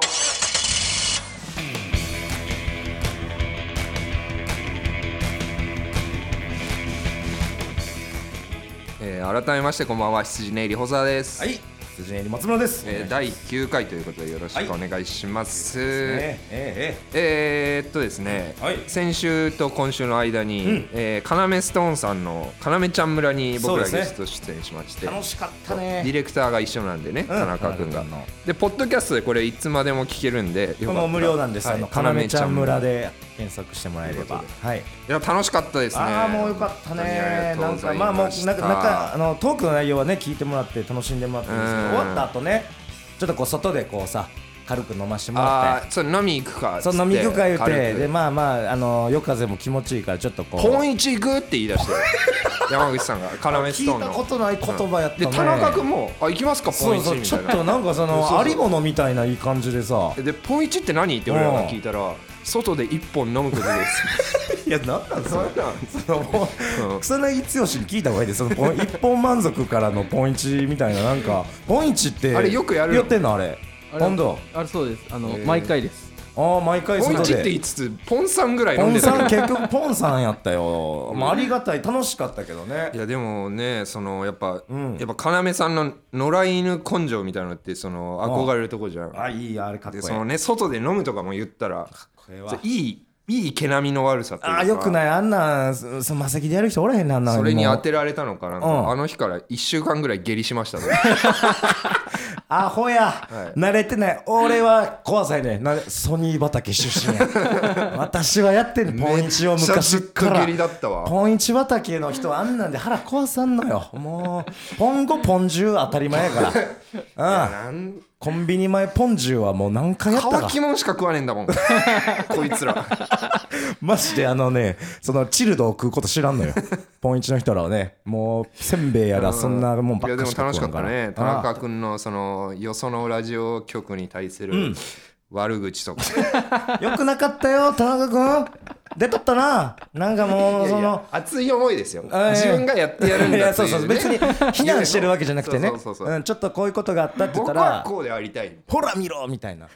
[SPEAKER 1] えー改めましてこんばんは羊ネイリ細田です、
[SPEAKER 2] はい辻根松村です
[SPEAKER 1] えー第9回ということでよろしくお願いします、
[SPEAKER 2] ええ
[SPEAKER 1] えーっとですね、
[SPEAKER 2] はい
[SPEAKER 1] 先週と今週の間に、えー、カナメストーンさんの「カナメちゃん村」に僕ら
[SPEAKER 2] そうで
[SPEAKER 1] ゲ
[SPEAKER 2] す
[SPEAKER 1] ス
[SPEAKER 2] ね
[SPEAKER 1] ト出演しまし
[SPEAKER 2] え
[SPEAKER 1] て、
[SPEAKER 2] え楽しかった
[SPEAKER 1] ディ
[SPEAKER 2] ね
[SPEAKER 1] レクターが一緒なんでね、田中君
[SPEAKER 2] 田中
[SPEAKER 1] が
[SPEAKER 2] 君の
[SPEAKER 1] でポッドキャストでこれいつまでも聞けるんでよかった
[SPEAKER 2] こ
[SPEAKER 1] ら
[SPEAKER 2] の無料なんです、
[SPEAKER 1] はい
[SPEAKER 2] あのかなめちゃん村
[SPEAKER 1] い
[SPEAKER 2] で検索してもらえれ
[SPEAKER 1] という
[SPEAKER 2] ば
[SPEAKER 1] こ
[SPEAKER 2] はい
[SPEAKER 1] や楽しかったですね
[SPEAKER 2] ああもうよかった
[SPEAKER 1] 本当にあ
[SPEAKER 2] ね
[SPEAKER 1] りがとうん
[SPEAKER 2] な
[SPEAKER 1] ござ
[SPEAKER 2] か
[SPEAKER 1] い
[SPEAKER 2] まあもうなんかなんかあ
[SPEAKER 1] か
[SPEAKER 2] のトークの内容はね聞いてもらって楽しんでもらってるんですけ
[SPEAKER 1] うん
[SPEAKER 2] ど終わった後ねちょっとこう外でこうさ軽く飲ましてもらっ
[SPEAKER 1] あ
[SPEAKER 2] て
[SPEAKER 1] ーそう飲み行くかっつ
[SPEAKER 2] そ
[SPEAKER 1] って
[SPEAKER 2] の飲み行くか言っ
[SPEAKER 1] 軽
[SPEAKER 2] て
[SPEAKER 1] く
[SPEAKER 2] でまあまああの夜風も気持ちいいからちょっとこう
[SPEAKER 1] 本一行くって言い出
[SPEAKER 2] (laughs)
[SPEAKER 1] して山口さんがカナメス
[SPEAKER 2] 聞
[SPEAKER 1] トーン
[SPEAKER 2] い
[SPEAKER 1] の
[SPEAKER 2] たことない言葉やったね
[SPEAKER 1] で田中君も「あ行きますか
[SPEAKER 2] そ
[SPEAKER 1] 本
[SPEAKER 2] う
[SPEAKER 1] 一
[SPEAKER 2] そう
[SPEAKER 1] み
[SPEAKER 2] ちょ
[SPEAKER 1] た
[SPEAKER 2] っ
[SPEAKER 1] いな
[SPEAKER 2] となんかそ
[SPEAKER 1] そうそう
[SPEAKER 2] のありものみたいないい感じでさ
[SPEAKER 1] で「ポンイチって何?」って俺らが聞いたら「外で一本飲むことです
[SPEAKER 2] いやなんなん」 (laughs) そ
[SPEAKER 1] そ
[SPEAKER 2] れ
[SPEAKER 1] んなん
[SPEAKER 2] (laughs) そのも
[SPEAKER 1] うん
[SPEAKER 2] う草薙剛に聞いた方がいいですそのポン (laughs) 一本満足からのポンイチみたいななんかポンイチって
[SPEAKER 1] あれよくやるの
[SPEAKER 2] ってんのあれ
[SPEAKER 3] あれ
[SPEAKER 2] 今度
[SPEAKER 3] あれそうですあの、
[SPEAKER 1] へー
[SPEAKER 3] 毎回です
[SPEAKER 2] ああ毎回
[SPEAKER 1] ポンイ
[SPEAKER 2] 外
[SPEAKER 1] チって言
[SPEAKER 2] で
[SPEAKER 1] いつつポンさんぐらい
[SPEAKER 2] ポ
[SPEAKER 1] 飲ん
[SPEAKER 2] ン
[SPEAKER 1] でた
[SPEAKER 2] さ
[SPEAKER 1] け
[SPEAKER 2] ん
[SPEAKER 1] ど
[SPEAKER 2] 結局ポンさんやったよ、まあ、ありがたい楽しかったけどね
[SPEAKER 1] いやでもねそのやっぱ、
[SPEAKER 2] ん
[SPEAKER 1] やっぱ要さんの野良犬根性みたいなのってその憧れるとこじゃん
[SPEAKER 2] あいいあれかっこい
[SPEAKER 1] で
[SPEAKER 2] い
[SPEAKER 1] そのね外で飲むとかも言ったら
[SPEAKER 2] これ
[SPEAKER 1] そう
[SPEAKER 2] はい
[SPEAKER 1] いいい毛並みの悪さっていうか
[SPEAKER 2] ああよくないあんなんそそのマセキでやる人おらへんなあんな
[SPEAKER 1] それに
[SPEAKER 2] もう
[SPEAKER 1] 当てられたのかなんか、
[SPEAKER 2] うん
[SPEAKER 1] あの日から1週間ぐらい下痢しましたね
[SPEAKER 2] アホや、
[SPEAKER 1] い
[SPEAKER 2] 慣れてない俺は怖さいねなソニー畑出
[SPEAKER 1] (laughs)
[SPEAKER 2] 身や私はやってるポンイチを (laughs) 昔
[SPEAKER 1] め
[SPEAKER 2] か
[SPEAKER 1] っちゃずっ
[SPEAKER 2] ら
[SPEAKER 1] と下痢だったわ
[SPEAKER 2] ポンイチ畑の人はあんなんで腹壊さんのよもうポンゴポンジュ当たり前
[SPEAKER 1] (laughs)
[SPEAKER 2] やから、うん、
[SPEAKER 1] なん
[SPEAKER 2] コンビニ前ポンジュはもう何回やった
[SPEAKER 1] 乾
[SPEAKER 2] か
[SPEAKER 1] きもんしか食わねえんだ
[SPEAKER 2] (laughs)
[SPEAKER 1] もんこいつら
[SPEAKER 2] マジであのねそのチルドを食うこと知らん
[SPEAKER 1] (laughs)
[SPEAKER 2] のよポンイチの人らはねもうせんべいやらそんなもんばっか
[SPEAKER 1] いや
[SPEAKER 2] し
[SPEAKER 1] でも
[SPEAKER 2] か
[SPEAKER 1] 楽し
[SPEAKER 2] 食
[SPEAKER 1] か
[SPEAKER 2] わ
[SPEAKER 1] っ
[SPEAKER 2] ん
[SPEAKER 1] た
[SPEAKER 2] から
[SPEAKER 1] ね田
[SPEAKER 2] ああ
[SPEAKER 1] 中君のそのよそのラジオ局に対する悪口とか、
[SPEAKER 2] (laughs) よくなかったよ、田中君。出とったななんかもう
[SPEAKER 1] い
[SPEAKER 2] そ
[SPEAKER 1] やい
[SPEAKER 2] の
[SPEAKER 1] や熱い思いですよ、
[SPEAKER 2] あいや
[SPEAKER 1] 自分がやってやるん
[SPEAKER 2] い
[SPEAKER 1] だ
[SPEAKER 2] や
[SPEAKER 1] って
[SPEAKER 2] そ
[SPEAKER 1] いうう,、ね、
[SPEAKER 2] そう別に非難してるわけじゃなくてね
[SPEAKER 1] そうそうそうそう
[SPEAKER 2] うんちょっとこういうことがあったって言っ
[SPEAKER 1] 僕
[SPEAKER 2] た
[SPEAKER 1] は
[SPEAKER 2] ら
[SPEAKER 1] こうでありたい
[SPEAKER 2] ほら見ろみたいな、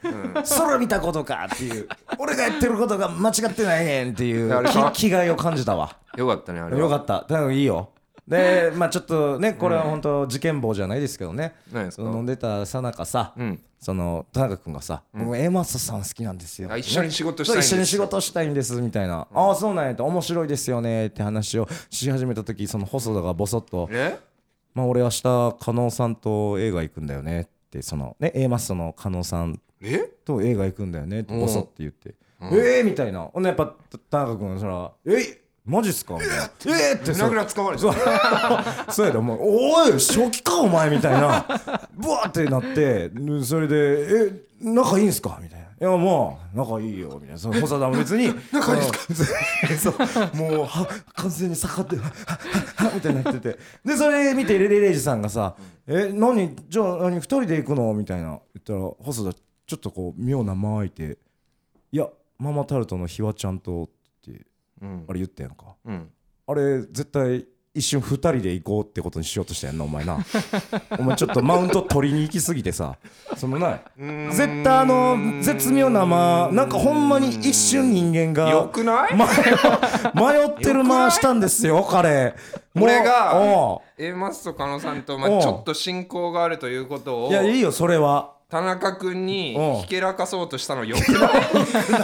[SPEAKER 2] 空見たことかっていう俺がやってることが間違ってないねんっていう
[SPEAKER 1] あれか
[SPEAKER 2] き気概を感じたわ
[SPEAKER 1] よかったねあれは
[SPEAKER 2] よかった多分いいよでまあちょっとねこれは本当事件簿じゃないですけどね、
[SPEAKER 1] 何です
[SPEAKER 2] そ
[SPEAKER 1] か
[SPEAKER 2] の飲んでたさなかさ、
[SPEAKER 1] うん
[SPEAKER 2] その田中君がさ「僕エマサさん好きなんですよ」
[SPEAKER 1] あ一緒に仕事したいんです
[SPEAKER 2] そう一緒に仕事したいんです」みたいな「ああそうなんや」って「面白いですよね」って話をし始めた時その細田がボソッと
[SPEAKER 1] え
[SPEAKER 2] 「まあ俺明日加納さんと映画行くんだよね」ってそのね A マストの加納さん
[SPEAKER 1] え
[SPEAKER 2] と映画行くんだよねって
[SPEAKER 1] うん
[SPEAKER 2] ボソって言って「ええー!」みたいなほんでやっぱ田中君そら「えマジっすか?」みたいな「えー!」って
[SPEAKER 1] 胸
[SPEAKER 2] そう
[SPEAKER 1] ぐらつかまれて
[SPEAKER 2] そ
[SPEAKER 1] た
[SPEAKER 2] う (laughs) そうやでお前「おい初期かお前」みたいなブワーってなってんそれで「え仲いいんすか?」みたいな「いやもう仲いいよ」みたいなその細田も別に「 (laughs) 仲いいですか? 」そうもうは完全に逆って「はははみたいになっててでそれ見てレレレイジさんがさ「え何じゃあ何二人で行くの?」みたいな言ったら細田ちょっとこう妙な間空いて「いやママタルトのひわちゃんと」って
[SPEAKER 1] うん
[SPEAKER 2] あれ言ったやんか。
[SPEAKER 1] うん
[SPEAKER 2] あれ絶対一瞬2人で行こうってことにしようとしたやんなお前
[SPEAKER 1] (laughs)
[SPEAKER 2] なお前ちょっとマウント取りに行きすぎてさそのな
[SPEAKER 1] ーん
[SPEAKER 2] 絶対あの絶妙な間なんかほんまに一瞬人間
[SPEAKER 1] よ
[SPEAKER 2] が
[SPEAKER 1] くない、
[SPEAKER 2] 迷迷ってる間したんですよ彼もう
[SPEAKER 1] 俺が
[SPEAKER 2] お
[SPEAKER 1] A マスと加納さんと、まあ
[SPEAKER 2] おう
[SPEAKER 1] ちょっと親交があるということ
[SPEAKER 2] う
[SPEAKER 1] を
[SPEAKER 2] いやいいよそれは
[SPEAKER 1] 田中君に
[SPEAKER 2] おう
[SPEAKER 1] ひけらかそうとしたのよく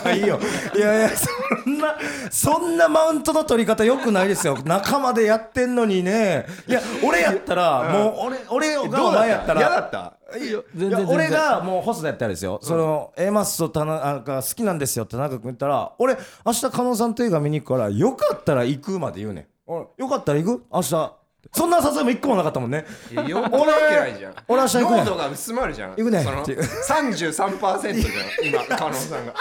[SPEAKER 1] ない
[SPEAKER 2] いいよいやいやそんなそんなマウントの取り方よくないですよ仲間でやってんのにねいや俺やったらもう俺俺がお前やったら
[SPEAKER 1] 嫌だった
[SPEAKER 2] いや
[SPEAKER 3] 全然全然
[SPEAKER 2] 俺がもうホストやったらですよ、その A マスと田中が好きなんですよって田中君言ったら俺明日加納さんと映画見に行くからよかったら行くまで言うねん俺よかったら行く明日そんな誘いも一個もなかったもんね
[SPEAKER 1] いやよくわけないじゃん
[SPEAKER 2] 俺明日行くねん
[SPEAKER 1] 濃度が薄まるじゃん
[SPEAKER 2] 行くねん
[SPEAKER 1] その
[SPEAKER 2] っていう
[SPEAKER 1] 33%じゃん今加納さんが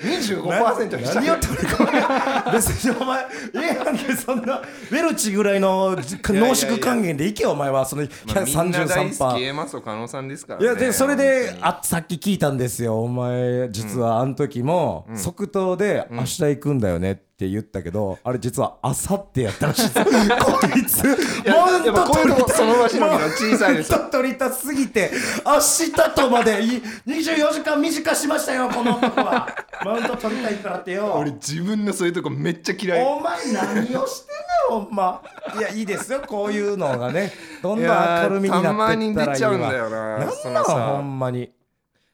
[SPEAKER 1] 25%にした
[SPEAKER 2] 何を取り込め別にお前ええやんけそんなウェルチぐらいの濃縮還元で行けお前はその
[SPEAKER 1] まあみんな大
[SPEAKER 2] 33%
[SPEAKER 1] 好き A マスと加納さんですから、
[SPEAKER 2] い
[SPEAKER 1] ね、
[SPEAKER 2] やでそれで
[SPEAKER 1] 本当に
[SPEAKER 2] あさっき聞いたんですよお前実はあの時も即答で「明日行くんだよね」って言ったけどあれ実はあさってやったら
[SPEAKER 1] (laughs)
[SPEAKER 2] しいですこいつマウン
[SPEAKER 1] やっぱ
[SPEAKER 2] ト
[SPEAKER 1] こういうと
[SPEAKER 2] 取り
[SPEAKER 1] こ
[SPEAKER 2] た
[SPEAKER 1] その場しのぎが小さいです
[SPEAKER 2] マウント取りたすぎて明日とまでい24時間短しましたよこの男はマウント取りたいからってよ
[SPEAKER 1] 俺自分のそういうとこめっちゃ嫌い
[SPEAKER 2] お前何をしてんのほんまいやいいですよこういうのがねどんどん明るみになって
[SPEAKER 1] いやー
[SPEAKER 2] ったらいいわ
[SPEAKER 1] たまに出ちゃうんだよなそ
[SPEAKER 2] 何
[SPEAKER 1] の
[SPEAKER 2] な
[SPEAKER 1] さ
[SPEAKER 2] のほんまに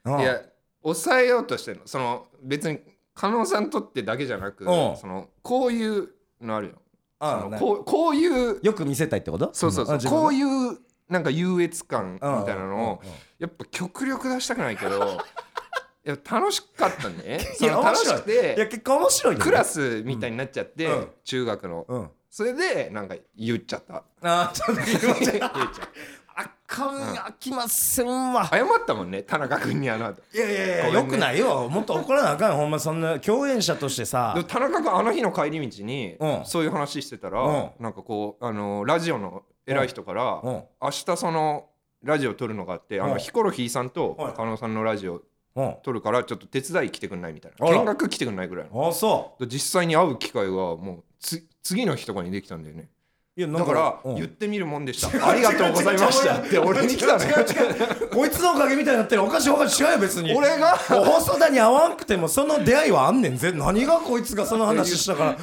[SPEAKER 2] うん
[SPEAKER 1] いや抑えようとしてるのその別に加納さんとってだけじゃなく
[SPEAKER 2] うん
[SPEAKER 1] そのこういうのあるよ
[SPEAKER 2] あ
[SPEAKER 1] その
[SPEAKER 2] な
[SPEAKER 1] こうこういう
[SPEAKER 2] よく見せたいってこと
[SPEAKER 1] そうそうそう、こういうなんか優越感みたいなのを
[SPEAKER 2] うんうんうんうん
[SPEAKER 1] やっぱ極力出したくないけど (laughs) いや楽しかったんでね
[SPEAKER 2] い
[SPEAKER 1] そ
[SPEAKER 2] や
[SPEAKER 1] の
[SPEAKER 2] 面
[SPEAKER 1] 楽し
[SPEAKER 2] 白い
[SPEAKER 1] く
[SPEAKER 2] いや
[SPEAKER 1] て
[SPEAKER 2] 結構面白いよね
[SPEAKER 1] クラスみたいになっちゃって、
[SPEAKER 2] うん
[SPEAKER 1] 中学の、
[SPEAKER 2] うん
[SPEAKER 1] それでなんか言っちゃった
[SPEAKER 2] あーちょっと (laughs) 言われ
[SPEAKER 1] 言っち
[SPEAKER 2] て
[SPEAKER 1] ゃった
[SPEAKER 2] (laughs) あかんあきませんわ
[SPEAKER 1] 謝ったもんね田中君にあの後
[SPEAKER 2] いやいやいや
[SPEAKER 1] ごめんね
[SPEAKER 2] よくないよもっと怒らなあかんよほんまそんな共演者としてさ
[SPEAKER 1] でも田中君あの日の帰り道に
[SPEAKER 2] うん
[SPEAKER 1] そういう話してたら、
[SPEAKER 2] う
[SPEAKER 1] なんかこうあのラジオの偉い人から、
[SPEAKER 2] うん
[SPEAKER 1] 明日そのラジオ撮るのがあって、あ
[SPEAKER 2] うん
[SPEAKER 1] のヒコロヒーさんと
[SPEAKER 2] はい
[SPEAKER 1] 加納さんのラジオ
[SPEAKER 2] うん
[SPEAKER 1] 撮るからちょっと手伝い来てくんないみたいな
[SPEAKER 2] あら
[SPEAKER 1] 見学来てくんないぐらいの
[SPEAKER 2] あそ
[SPEAKER 1] で実際に会う機会はもうつ次の日とかにできたんだよね
[SPEAKER 2] ういやな
[SPEAKER 1] だ
[SPEAKER 2] ん
[SPEAKER 1] から
[SPEAKER 2] うん
[SPEAKER 1] 言ってみるもんでした (laughs) ありがとうございましたって俺に来たの
[SPEAKER 2] 違
[SPEAKER 1] よ
[SPEAKER 2] う違う違うこいつのおかげみたいになってるおかしいおかしい違うよ別
[SPEAKER 1] (laughs)
[SPEAKER 2] に
[SPEAKER 1] 俺が
[SPEAKER 2] もう細田に会わんくてもその出会いはあんねんぜ何がこいつがその話したから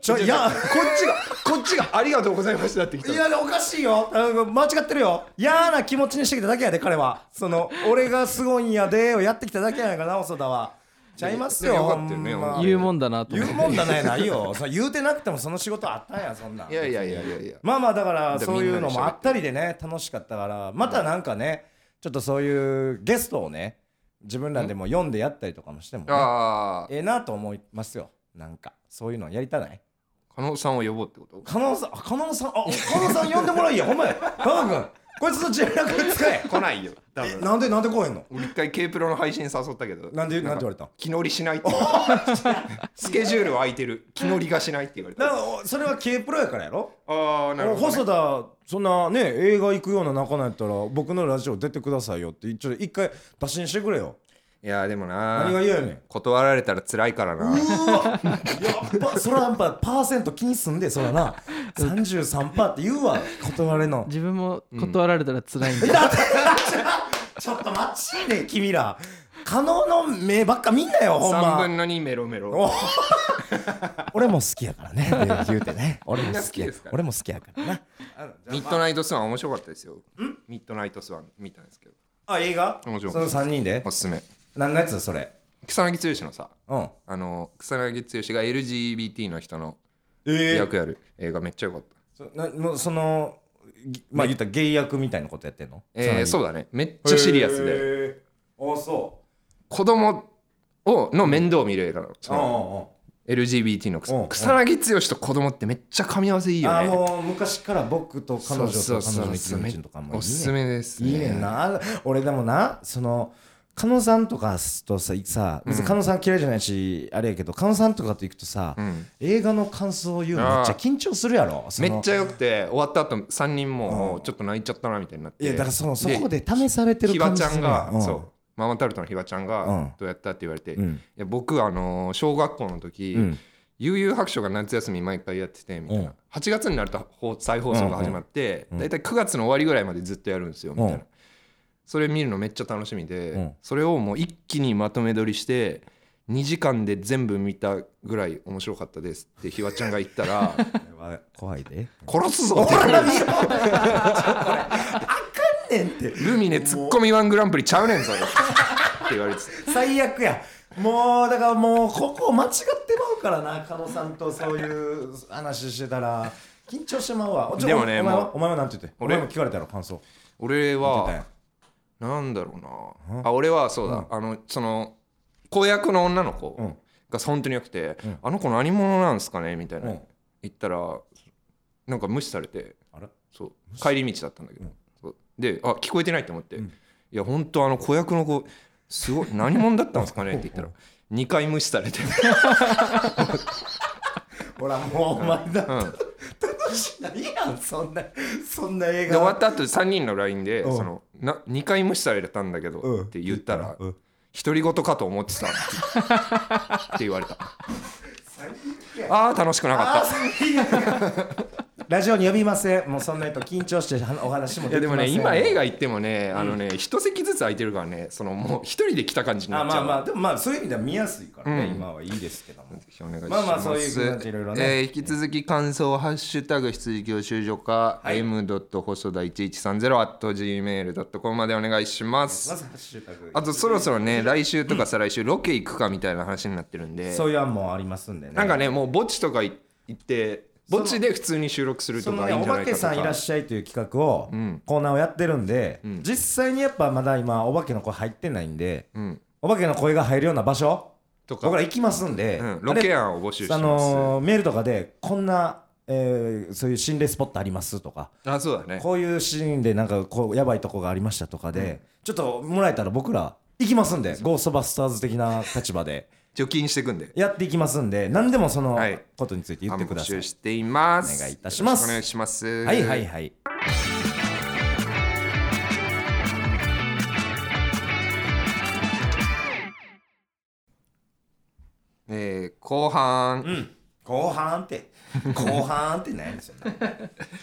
[SPEAKER 2] ちょ
[SPEAKER 1] (laughs)
[SPEAKER 2] い
[SPEAKER 1] こ
[SPEAKER 2] や
[SPEAKER 1] っちがこっちがありがとうございましたって来た
[SPEAKER 2] い
[SPEAKER 1] の
[SPEAKER 2] やおかしいよあの間違ってるよ嫌な気持ちにしてきただけやで彼はその俺がすごいんやでをやってきただけやないかな細田はちゃいますよ
[SPEAKER 1] いやよかったよね
[SPEAKER 2] ほんま
[SPEAKER 1] ほんま
[SPEAKER 3] 言うもんだなと
[SPEAKER 2] 言
[SPEAKER 3] 思
[SPEAKER 2] う
[SPEAKER 3] って
[SPEAKER 2] もんだねないよその言うてなくてもその仕事あったんやそんなん
[SPEAKER 1] いやいやいやいやいや
[SPEAKER 2] まあまあだから
[SPEAKER 1] で
[SPEAKER 2] そういうの
[SPEAKER 1] みんなで喋
[SPEAKER 2] も
[SPEAKER 1] って
[SPEAKER 2] あったりでね楽しかったからまたなんかねちょっとそういうゲストをね自分らでも読んでやったりとかもしてもね
[SPEAKER 1] ああ
[SPEAKER 2] ええなと思いますよなんかそういうのやりたない
[SPEAKER 1] 加納さんを呼ぼうってこと
[SPEAKER 2] 加納さんあ加納さんあ加納さん呼んでもらいやほんまや加納君こいつの連絡使え
[SPEAKER 1] 来ないよ多分
[SPEAKER 2] なんでなんで来へんの
[SPEAKER 1] 俺一回 K プロの配信誘ったけど
[SPEAKER 2] なんでなんて言われたん
[SPEAKER 1] 気乗りしないって言われた (laughs) スケジュールは空いてる気乗りがしないって言われ
[SPEAKER 2] だ
[SPEAKER 1] た
[SPEAKER 2] か
[SPEAKER 1] (laughs) あ
[SPEAKER 2] らおそれは K プロやからやろ
[SPEAKER 1] あーなるほど、ね、
[SPEAKER 2] 細田そんなね映画行くような仲なんやったら僕のラジオ出てくださいよってちょっと一回打診してくれよ
[SPEAKER 1] いやでも
[SPEAKER 2] 何が
[SPEAKER 1] な
[SPEAKER 2] 言うやねん
[SPEAKER 1] 断られたら辛いからな
[SPEAKER 2] うわやっぱそらやっぱパーセント気にすんでそらな33%って言うわ断れの
[SPEAKER 3] 自分も断られたら辛いんで、
[SPEAKER 2] ちょっとマジで君ら可能の目ばっか見んなよほん
[SPEAKER 1] 3
[SPEAKER 2] ま
[SPEAKER 1] 分の2メロメロ
[SPEAKER 2] お俺も好きやからね
[SPEAKER 1] (laughs)
[SPEAKER 2] って言うてね俺も
[SPEAKER 1] みんな
[SPEAKER 2] 好
[SPEAKER 1] 好
[SPEAKER 2] き
[SPEAKER 1] き
[SPEAKER 2] や
[SPEAKER 1] ですから
[SPEAKER 2] 俺も好きやからな
[SPEAKER 1] ミッドナイトスワン面白かったですよミッドナイトスワン見たんですけど
[SPEAKER 2] あ映画
[SPEAKER 1] 面白い
[SPEAKER 2] その3人で
[SPEAKER 1] おすすめ
[SPEAKER 2] 何のやつそれ
[SPEAKER 1] 草薙剛のさ
[SPEAKER 2] うん
[SPEAKER 1] あの草薙剛が LGBT の人の
[SPEAKER 2] え
[SPEAKER 1] 役やる映画めっちゃ良かった
[SPEAKER 2] そなもうそのぎまあ言ったら芸役みたいなことやってんの
[SPEAKER 1] えー、そううだねめっちゃシリアスで
[SPEAKER 2] であそ
[SPEAKER 1] 子供をの面倒を見る映画なの
[SPEAKER 2] う
[SPEAKER 1] そ
[SPEAKER 2] うんう
[SPEAKER 1] の
[SPEAKER 2] んうん
[SPEAKER 1] LGBT の
[SPEAKER 2] うん
[SPEAKER 1] 草草薙剛と子供ってめっちゃ噛み合わせいいよ
[SPEAKER 2] あ
[SPEAKER 1] ね
[SPEAKER 2] ーもう昔から僕と彼女
[SPEAKER 1] そ
[SPEAKER 2] と
[SPEAKER 1] う
[SPEAKER 2] 彼
[SPEAKER 1] そう
[SPEAKER 2] 女の
[SPEAKER 1] そう
[SPEAKER 2] 一日とかもいいね
[SPEAKER 1] おすすめです
[SPEAKER 2] いいねんなあ俺でもなその狩野さんとかとささ別に狩野さん嫌いじゃないし、あれやけど狩野さんとかと行くとさ、
[SPEAKER 1] ん
[SPEAKER 2] 映画の感想を言うのめっちゃ緊張するやろそ
[SPEAKER 1] め
[SPEAKER 2] の
[SPEAKER 1] っちゃ良くて終わった後3人もちょっと泣いちゃったなみたいになって
[SPEAKER 2] いやだからそのそこで試されてる
[SPEAKER 1] ひば
[SPEAKER 2] 感じ
[SPEAKER 1] ちゃ
[SPEAKER 2] す
[SPEAKER 1] ん
[SPEAKER 2] るや
[SPEAKER 1] が、
[SPEAKER 2] うん
[SPEAKER 1] そうママタルトのひばちゃん
[SPEAKER 2] うん
[SPEAKER 1] がどうやったって言われて、
[SPEAKER 2] うん
[SPEAKER 1] いや僕あのー小学校の時、
[SPEAKER 2] うん
[SPEAKER 1] 悠々白書が夏休み毎回やっててみたいな、
[SPEAKER 2] うん
[SPEAKER 1] 8月になると放再放送が始まって、大体9月の終わりぐらいまでずっとやるんですよみたいな、
[SPEAKER 2] うん
[SPEAKER 1] それ見るのめっちゃ楽しみで、
[SPEAKER 2] うん
[SPEAKER 1] それをもう一気にまとめ撮りして2時間で全部見たぐらい面白かったですってひばちゃんが言った
[SPEAKER 2] (laughs)
[SPEAKER 1] ら
[SPEAKER 2] これは怖いで
[SPEAKER 1] 殺すぞ
[SPEAKER 2] ほ
[SPEAKER 1] って
[SPEAKER 2] ら見ろ (laughs) ちょこれあかんねんって
[SPEAKER 1] ルミネツッコミワングランプリちゃうねんぞって言われてた
[SPEAKER 2] 最悪やもうだからもうここ間違ってまうからな加野さんとそういう話してたら緊張してまうわおちょ
[SPEAKER 1] でもね
[SPEAKER 2] お前
[SPEAKER 1] も
[SPEAKER 2] は
[SPEAKER 1] う
[SPEAKER 2] お前はなんて言ってお
[SPEAKER 1] 俺
[SPEAKER 2] 前も聞かれたやろ感想
[SPEAKER 1] 俺
[SPEAKER 2] 言ってた
[SPEAKER 1] は
[SPEAKER 2] や
[SPEAKER 1] なんだろうなあ俺はそうだ、あのその公約の女の子
[SPEAKER 2] うん
[SPEAKER 1] が本当によくて、
[SPEAKER 2] うん
[SPEAKER 1] あの子何者なんですかねみたいな、
[SPEAKER 2] うん
[SPEAKER 1] 言ったらなんか無視されて
[SPEAKER 2] んあれ
[SPEAKER 1] そう帰り道だったんだけど、
[SPEAKER 2] うん
[SPEAKER 1] そうであ聞こえてないと思って、
[SPEAKER 2] うん
[SPEAKER 1] いや本当あの子役の子すごい何者だったんですかねって言ったら2回無視されて、
[SPEAKER 2] ほらもうお前だ
[SPEAKER 1] うん、
[SPEAKER 2] 楽しないやんそんなそんな映
[SPEAKER 1] で終わ
[SPEAKER 2] 画
[SPEAKER 1] った後3人の LINE で、
[SPEAKER 2] うん
[SPEAKER 1] そのな2回無視されたんだけど、
[SPEAKER 2] うん
[SPEAKER 1] って言ったら
[SPEAKER 2] うん
[SPEAKER 1] 独り言かと思ってたってって言われた
[SPEAKER 2] 最悪や
[SPEAKER 1] ああ楽しくなか
[SPEAKER 2] あ
[SPEAKER 1] っ
[SPEAKER 2] 最悪や (laughs) ラジオに呼びませんもうそんな人緊張してはお話も
[SPEAKER 1] たい
[SPEAKER 2] で
[SPEAKER 1] やで
[SPEAKER 2] きま
[SPEAKER 1] も
[SPEAKER 2] せん
[SPEAKER 1] ね今映画行ってもねあのね一席ずつ空いてるからねそのもう一人で来た感じにな
[SPEAKER 2] あ
[SPEAKER 1] っちゃ
[SPEAKER 2] まあ
[SPEAKER 1] う
[SPEAKER 2] まあでもまあそういう意味では見やすいからね
[SPEAKER 1] うん
[SPEAKER 2] 今はいいですけども
[SPEAKER 1] ぜひお願いします
[SPEAKER 2] まあまあそういう感じいろいろね
[SPEAKER 1] えー引き続き感想をハッシュタグ羊教習所か、
[SPEAKER 2] はい
[SPEAKER 1] m. 細田1130 at gmail.com までお願いします
[SPEAKER 2] まずハッシュタグ
[SPEAKER 1] あとそろそろね来週とか再来週ロケ行くかみたいな話になってるんで
[SPEAKER 2] (laughs) そういう案もありますんでね。
[SPEAKER 1] なんかねもう墓地とか行って
[SPEAKER 2] その
[SPEAKER 1] 墓地で普通に収録する
[SPEAKER 2] そ
[SPEAKER 1] と
[SPEAKER 2] の
[SPEAKER 1] か
[SPEAKER 2] ね、
[SPEAKER 1] いいん
[SPEAKER 2] お
[SPEAKER 1] じゃな
[SPEAKER 2] 化
[SPEAKER 1] いか
[SPEAKER 2] け
[SPEAKER 1] と
[SPEAKER 2] さ
[SPEAKER 1] か
[SPEAKER 2] んいらっしゃいという企画を、
[SPEAKER 1] ん
[SPEAKER 2] コーナーをやってるんで、
[SPEAKER 1] ん
[SPEAKER 2] 実際にやっぱまだ今お化けの声入ってないんで、
[SPEAKER 1] うん
[SPEAKER 2] お化けの声が入るような場所
[SPEAKER 1] とか
[SPEAKER 2] 僕ら行きますんで、
[SPEAKER 1] うんロケ案を募集して
[SPEAKER 2] あ
[SPEAKER 1] ます
[SPEAKER 2] れあのーメールとかでこんな、えーそういう心霊スポットありますとか、
[SPEAKER 1] あそうだね
[SPEAKER 2] こういうシーンでなんかこうやばいとこがありましたとかで、ちょっともらえたら僕ら行きますんで、ゴーストバスターズ的な立
[SPEAKER 1] (laughs)
[SPEAKER 2] 場で
[SPEAKER 1] 除菌していくんで
[SPEAKER 2] やっていきますんで何でもその
[SPEAKER 1] はい
[SPEAKER 2] ことについて言ってください。
[SPEAKER 1] あ募集しています
[SPEAKER 2] お願いいたします
[SPEAKER 1] よろくお願いします
[SPEAKER 2] はいはいはい。
[SPEAKER 1] えー後半、
[SPEAKER 2] 後半って後半って何やね
[SPEAKER 1] (laughs)
[SPEAKER 2] んそんな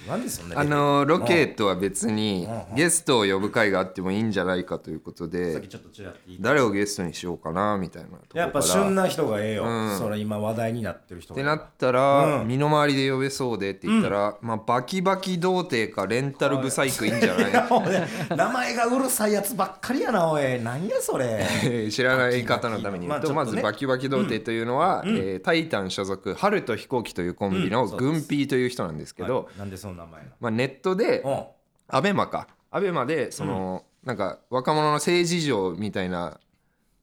[SPEAKER 2] なんでそんな
[SPEAKER 1] あのーロケとは別に
[SPEAKER 2] うん
[SPEAKER 1] ゲストを呼ぶ会があってもいいんじゃないかということ
[SPEAKER 2] さっ
[SPEAKER 1] で
[SPEAKER 2] きちょっとちらっと言い
[SPEAKER 1] 誰をゲストにしようかなみたいなところから
[SPEAKER 2] やっぱ旬な人がええよ、
[SPEAKER 1] うん
[SPEAKER 2] それ今話題になってる人
[SPEAKER 1] っ
[SPEAKER 2] が
[SPEAKER 1] てなったら、
[SPEAKER 2] うん
[SPEAKER 1] 身の回りで呼べそうでって言ったら、まあ、バキバキ童貞かレンタルブサイクいいんじゃない
[SPEAKER 2] いや (laughs) おい名前がうるさいやつばっかりやなおい何やそれ
[SPEAKER 1] 知らない方のために、
[SPEAKER 2] まあ
[SPEAKER 1] とま
[SPEAKER 2] ちょっとね
[SPEAKER 1] ずバキバキ童貞というのは、えータイタン所属ハルと飛行機というコンビの
[SPEAKER 2] そうです
[SPEAKER 1] 軍ピーという人なんです (laughs) けど、
[SPEAKER 2] はいなんでその名前な
[SPEAKER 1] まあ、ネットで
[SPEAKER 2] の
[SPEAKER 1] アベマかアベマでその、なんか若者の政治情みたいな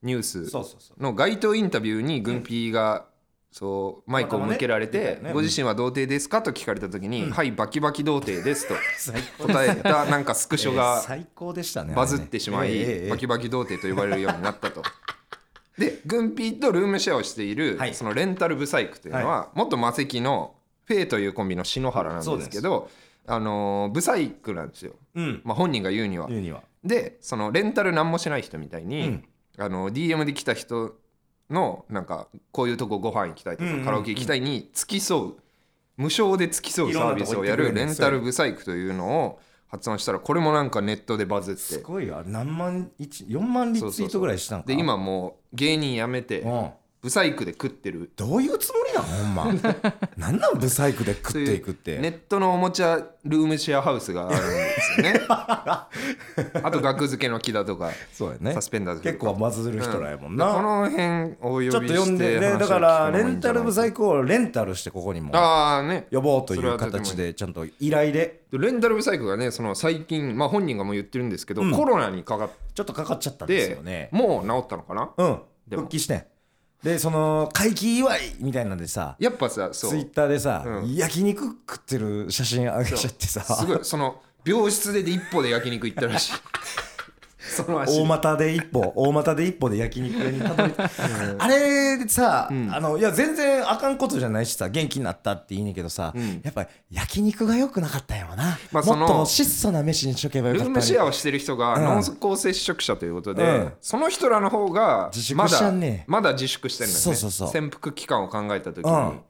[SPEAKER 1] ニュー
[SPEAKER 2] うんそう
[SPEAKER 1] ス
[SPEAKER 2] そうそう
[SPEAKER 1] の街頭インタビューに軍ピーが、そうマイクを向けられ
[SPEAKER 2] まあま
[SPEAKER 1] て
[SPEAKER 2] あね
[SPEAKER 1] ご自身は童貞ですか?」と聞かれた時に「はいバキバキ童貞です」と
[SPEAKER 2] 最高
[SPEAKER 1] 答えたなんかスクショが
[SPEAKER 2] えー最高でしたね
[SPEAKER 1] バズってしま
[SPEAKER 2] あれね
[SPEAKER 1] い
[SPEAKER 2] え
[SPEAKER 1] バキバキ童貞と呼ばれるようになった
[SPEAKER 2] (laughs)
[SPEAKER 1] と。で軍ピーとルームシェアをしている
[SPEAKER 2] はい
[SPEAKER 1] そのレンタルブサイクというのは元魔石のフェイというコンビの篠原なんですけどあのーブサイクなんですよ
[SPEAKER 2] えーえーうん
[SPEAKER 1] まあ本人が言うには
[SPEAKER 2] 言うには
[SPEAKER 1] でそのレンタル何もしない人みたいに、
[SPEAKER 2] うん
[SPEAKER 1] あの DM で来た人のなんかこういうとこご飯行きたいとか、
[SPEAKER 2] うんうんうん
[SPEAKER 1] カラオケ行きたいに付き添う無償で付き添う
[SPEAKER 2] い
[SPEAKER 1] サ
[SPEAKER 2] ろん
[SPEAKER 1] ー
[SPEAKER 2] な
[SPEAKER 1] ビ
[SPEAKER 2] とこ
[SPEAKER 1] ス
[SPEAKER 2] 行っ
[SPEAKER 1] を
[SPEAKER 2] て
[SPEAKER 1] や
[SPEAKER 2] くれる
[SPEAKER 1] るレンタルブサイクというのを発案したらこれもなんかネットでバズっ
[SPEAKER 2] す
[SPEAKER 1] て
[SPEAKER 2] ごいよあれ何万一4万リツイートぐらいしたんか
[SPEAKER 1] で今もう芸人辞めて
[SPEAKER 2] うん
[SPEAKER 1] ブサイクで食ってる
[SPEAKER 2] どういうつもりなんほ
[SPEAKER 1] (laughs)
[SPEAKER 2] んまなんなんブサイクで食っていくっ
[SPEAKER 1] そ
[SPEAKER 2] て
[SPEAKER 1] ういうネットのおもちゃルームシェアハウスがあるんです
[SPEAKER 2] (laughs)
[SPEAKER 1] よねあと額付けの木だとか
[SPEAKER 2] そうやね
[SPEAKER 1] サスペンダーズ
[SPEAKER 2] 結構バズる人らやもん
[SPEAKER 1] こ
[SPEAKER 2] な、
[SPEAKER 1] の辺お呼びして
[SPEAKER 2] ちょっと呼んで
[SPEAKER 1] 話
[SPEAKER 2] ね
[SPEAKER 1] を聞く
[SPEAKER 2] だからレンタル
[SPEAKER 1] のもいいん
[SPEAKER 2] ブ
[SPEAKER 1] じゃな
[SPEAKER 2] サ
[SPEAKER 1] い
[SPEAKER 2] イクをレンタルしてここにも
[SPEAKER 1] ああね
[SPEAKER 2] 呼ぼうとい
[SPEAKER 1] それは
[SPEAKER 2] う
[SPEAKER 1] とてもいい
[SPEAKER 2] 形でちゃんと依頼で
[SPEAKER 1] レンタルブサイクがねその最近、まあ、本人がもう言ってるんですけど、
[SPEAKER 2] うん
[SPEAKER 1] コロナにかかっ
[SPEAKER 2] ちょっとかかっちゃったんです
[SPEAKER 1] て
[SPEAKER 2] よね
[SPEAKER 1] もう治ったのかな
[SPEAKER 2] うん
[SPEAKER 1] でも
[SPEAKER 2] 復帰してんでその回帰祝いみたいなんでさ
[SPEAKER 1] やっぱさそう
[SPEAKER 2] ツイッ
[SPEAKER 1] す
[SPEAKER 2] ターでさ、
[SPEAKER 1] うん
[SPEAKER 2] 焼肉食ってる写真上げちゃってさ
[SPEAKER 1] ごいその病室でで一歩で焼肉行ったらしいその足
[SPEAKER 2] (laughs) 大股で一
[SPEAKER 1] (laughs)
[SPEAKER 2] 歩大股で一歩で焼肉屋にたどり着いあれでさ、あのいや全然あかんことじゃないしさ元気になったっていいねんけどさ、
[SPEAKER 1] うん
[SPEAKER 2] やっぱ焼肉が良くなかったんやろな、
[SPEAKER 1] まあその
[SPEAKER 2] もっと質素な飯にしとけばよ
[SPEAKER 1] ル
[SPEAKER 2] かった
[SPEAKER 1] ーム
[SPEAKER 2] のに
[SPEAKER 1] シェアをしてる人が
[SPEAKER 2] うん
[SPEAKER 1] 濃厚接触者ということで、
[SPEAKER 2] うん
[SPEAKER 1] その人らの方が
[SPEAKER 2] 自
[SPEAKER 1] ま
[SPEAKER 2] 粛しちゃ
[SPEAKER 1] だ,、
[SPEAKER 2] んね
[SPEAKER 1] まだ自粛してるんだよね
[SPEAKER 2] そうそうそう
[SPEAKER 1] 潜伏期間を考えた時に、
[SPEAKER 2] うん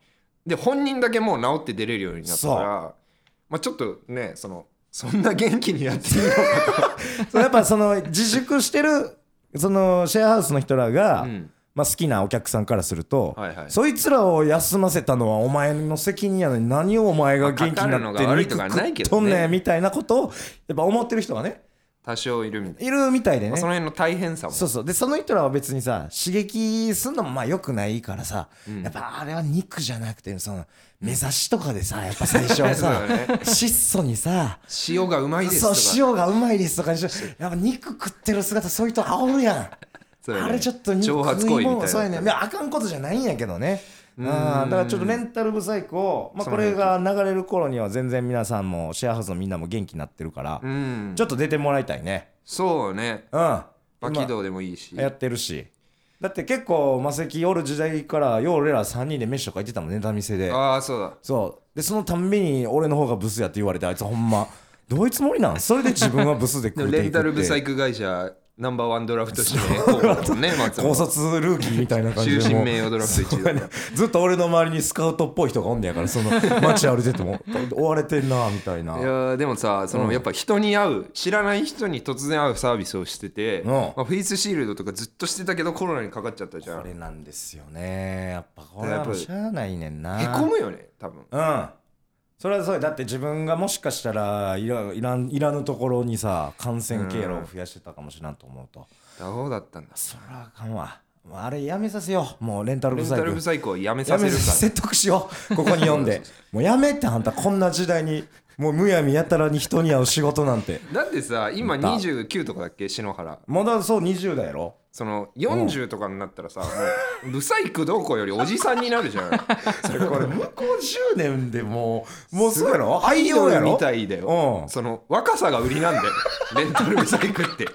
[SPEAKER 1] で本人だけもう治って出れるようになったから
[SPEAKER 2] そう、
[SPEAKER 1] まあ、ちょっとねそのそんな元気にやっていいのか
[SPEAKER 2] そうやっぱその自粛してるそのシェアハウスの人らが、
[SPEAKER 1] うん
[SPEAKER 2] まあ、好きなお客さんからすると、
[SPEAKER 1] はいはい
[SPEAKER 2] そいつらを休ませたのはお前の責任やのに何をお前が元気にな
[SPEAKER 1] まあ語るの
[SPEAKER 2] って
[SPEAKER 1] が悪い
[SPEAKER 2] 肉
[SPEAKER 1] とか
[SPEAKER 2] 食
[SPEAKER 1] ない
[SPEAKER 2] っ
[SPEAKER 1] けどね
[SPEAKER 2] とんねんみたいなことをやっぱ思ってる人がね
[SPEAKER 1] 多少いるみたいな。
[SPEAKER 2] いるみたいで
[SPEAKER 1] まあ
[SPEAKER 2] ね
[SPEAKER 1] その辺の大変さも
[SPEAKER 2] そうそうでその人らは別にさ刺激すんのもまあよくないからさ、やっぱあれは肉じゃなくてその目指しとかでさやっぱ最初は
[SPEAKER 1] (laughs)
[SPEAKER 2] さ
[SPEAKER 1] そうだね
[SPEAKER 2] 質素にさ
[SPEAKER 1] 塩がうまいですとか
[SPEAKER 2] そう塩がうまいですとかにしやっぱ肉食ってる姿そういう人煽るやん
[SPEAKER 1] そうだね
[SPEAKER 2] あれちょっと肉
[SPEAKER 1] 挑発行為みたいな
[SPEAKER 2] そうやねいやあかんことじゃないんやけどねあーだからちょっとレンタルブサイクを、まあ、
[SPEAKER 1] そ
[SPEAKER 2] こ
[SPEAKER 1] の
[SPEAKER 2] れ
[SPEAKER 1] 辺
[SPEAKER 2] が流れる頃には全然皆さんもシェアハウスのみんなも元気になってるから、
[SPEAKER 1] うん
[SPEAKER 2] ちょっと出てもらいたいね
[SPEAKER 1] そうね
[SPEAKER 2] うん
[SPEAKER 1] バキドでもいいし
[SPEAKER 2] やってるしだって結構マセキおる時代からよう俺ら3人で飯とか行ってたもんネタ見せで
[SPEAKER 1] ああそうだ
[SPEAKER 2] そうでそのたんびに俺の方がブスやって言われてあいつほんまどういうつもりなんそれで自分はブスで
[SPEAKER 1] で
[SPEAKER 2] 食
[SPEAKER 1] も
[SPEAKER 2] うていくって
[SPEAKER 1] レンタルブサイク会社ナンバーワンドラフト指
[SPEAKER 2] (laughs)
[SPEAKER 1] 名候補だもんね松
[SPEAKER 2] 高
[SPEAKER 1] 本
[SPEAKER 2] 卒ルーキーみたいな感じ
[SPEAKER 1] 終
[SPEAKER 2] で
[SPEAKER 1] 身
[SPEAKER 2] もう
[SPEAKER 1] 名誉ドラフト1位だから
[SPEAKER 2] ずっと俺の周りにスカウトっぽい人がおんねやか
[SPEAKER 1] (laughs)
[SPEAKER 2] らその街歩いてても追われてんなみたいない
[SPEAKER 1] やーでもさそのやっぱ人に会う知らない人に突然会うサービスをしてて、
[SPEAKER 2] うん
[SPEAKER 1] まあ、フェイスシールドとかずっとしてたけどコロナにかかっちゃったじゃ
[SPEAKER 2] こ
[SPEAKER 1] んへ
[SPEAKER 2] れなんですよねやっぱこれはもうしゃあないねんな
[SPEAKER 1] こむよね多分
[SPEAKER 2] うんそれはそうよだって自分がもしかしたらいらいらんいらぬところにさ感染経路を増やしてたかもしれんと思うと、
[SPEAKER 1] どうだったんだ
[SPEAKER 2] そりゃあかんわもうあれやめさせようもうレンタル
[SPEAKER 1] レ
[SPEAKER 2] ブ
[SPEAKER 1] ン
[SPEAKER 2] サ
[SPEAKER 1] タ
[SPEAKER 2] イ
[SPEAKER 1] ル
[SPEAKER 2] ク
[SPEAKER 1] ブサイクをやめ
[SPEAKER 2] や
[SPEAKER 1] させ
[SPEAKER 2] め
[SPEAKER 1] るから
[SPEAKER 2] 説得しようここに読んで (laughs) もうやめてあんたこんな時代にもうむやみやたらに人に会う仕事なんて
[SPEAKER 1] だってさ今29とかだっけ篠原
[SPEAKER 2] まだそう20代やろ
[SPEAKER 1] その40とかになったらさ、もうブサイクどうこうよりおじさんになる
[SPEAKER 2] (laughs)
[SPEAKER 1] じゃんそれこれ
[SPEAKER 2] 向こう10年でもうもうそうやろ愛用や
[SPEAKER 1] よ
[SPEAKER 2] ろ
[SPEAKER 1] みたいだよ、
[SPEAKER 2] うん
[SPEAKER 1] その若さが売りなんだよレンタルブサイクって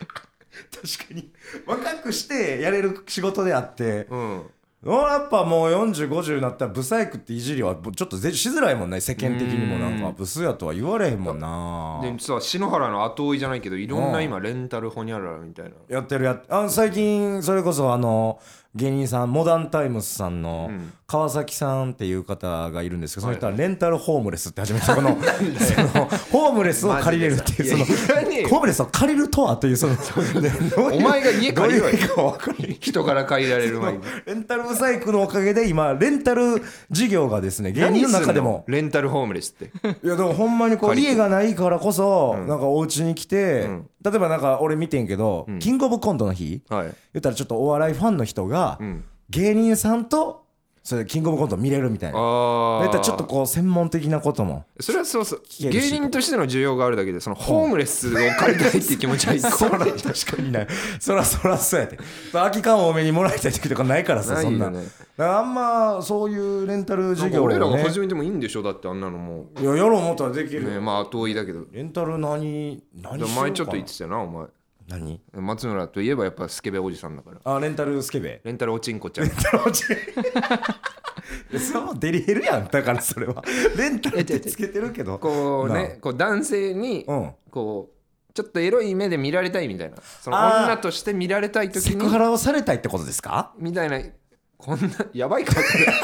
[SPEAKER 2] 確かに若くしてやれる仕事であって
[SPEAKER 1] うん
[SPEAKER 2] やっぱもう4050になったらブサイクっていじりはちょっとぜしづらいもんね世間的にもなん
[SPEAKER 1] う
[SPEAKER 2] か
[SPEAKER 1] ん
[SPEAKER 2] ブスやとは言われへんもんな
[SPEAKER 1] でさ篠原の後追いじゃないけどいろん
[SPEAKER 2] う
[SPEAKER 1] なん今レンタルホニャララみたいな
[SPEAKER 2] やってるやっあ最近それこそあの芸人さんモダンタイムスさんの
[SPEAKER 1] うん
[SPEAKER 2] 川崎さんっていう方がいるんですけど、
[SPEAKER 1] はい
[SPEAKER 2] その人はレンタルホームレスって始め (laughs) たこのそのホームレスを借りれるっていうその
[SPEAKER 1] マジでさいやいらねえよ
[SPEAKER 2] ホームレスを借りるとはという (laughs) その
[SPEAKER 1] お前が家借りろよ
[SPEAKER 2] どういう意味か分からん
[SPEAKER 1] 人から借りられる前に
[SPEAKER 2] (laughs) レンタルブサイクのおかげで今レンタル事業がです (laughs) ね芸人の中でも
[SPEAKER 1] 何すんのレンタルホームレスって
[SPEAKER 2] いやでもほんまにこう
[SPEAKER 1] 借りて
[SPEAKER 2] 家がないからこそなんかお家に来て
[SPEAKER 1] ん
[SPEAKER 2] 例えばなんか俺見てんけどキングオブコントの日言
[SPEAKER 1] はい
[SPEAKER 2] ったらちょっとお笑いファンの人が
[SPEAKER 1] うん
[SPEAKER 2] 芸人さんとそれキングオブコント見れるみたいな
[SPEAKER 1] あ
[SPEAKER 2] 言っ
[SPEAKER 1] あ
[SPEAKER 2] たらちょっとこう専門的なことも
[SPEAKER 1] それはそうそう
[SPEAKER 2] 聞ける
[SPEAKER 1] 芸
[SPEAKER 2] し
[SPEAKER 1] 人としての需要があるだけでそのホームレスを借りたいっていう気持ちは一個
[SPEAKER 2] (laughs) そ
[SPEAKER 1] も
[SPEAKER 2] ら
[SPEAKER 1] ない
[SPEAKER 2] 確かにないそらそらそうやで空き缶多めにもらいたい時とかないからさ
[SPEAKER 1] ない
[SPEAKER 2] そ
[SPEAKER 1] よ
[SPEAKER 2] ん
[SPEAKER 1] ね
[SPEAKER 2] なだからあんまそういうレンタル事業を
[SPEAKER 1] 俺らが
[SPEAKER 2] ね
[SPEAKER 1] 始めてもいいんでしょだってあんなのも
[SPEAKER 2] いややろう思ったらでき
[SPEAKER 1] う、ね、
[SPEAKER 2] る
[SPEAKER 1] まあ後追いだけど
[SPEAKER 2] レンタル何
[SPEAKER 1] で
[SPEAKER 2] 何
[SPEAKER 1] も
[SPEAKER 2] しようか
[SPEAKER 1] 前
[SPEAKER 2] な
[SPEAKER 1] ちょっと言ってたよなお前
[SPEAKER 2] 何
[SPEAKER 1] 松村といえばやっぱスケベおじさんだから
[SPEAKER 2] あレンタルスケベ
[SPEAKER 1] レンタルおちんこちゃん
[SPEAKER 2] レンタル (laughs) 落ちそれはもうデリヘルやんだからそれはレンタルってつけてるけど
[SPEAKER 1] こう
[SPEAKER 2] な
[SPEAKER 1] ねこう男性に
[SPEAKER 2] うん
[SPEAKER 1] こうちょっとエロい目で見られたいみたいなその
[SPEAKER 2] あー
[SPEAKER 1] 女として見られたい時
[SPEAKER 2] セクハ
[SPEAKER 1] に
[SPEAKER 2] ラをされたいってことですか
[SPEAKER 1] みたいなこんなやばいかもしれない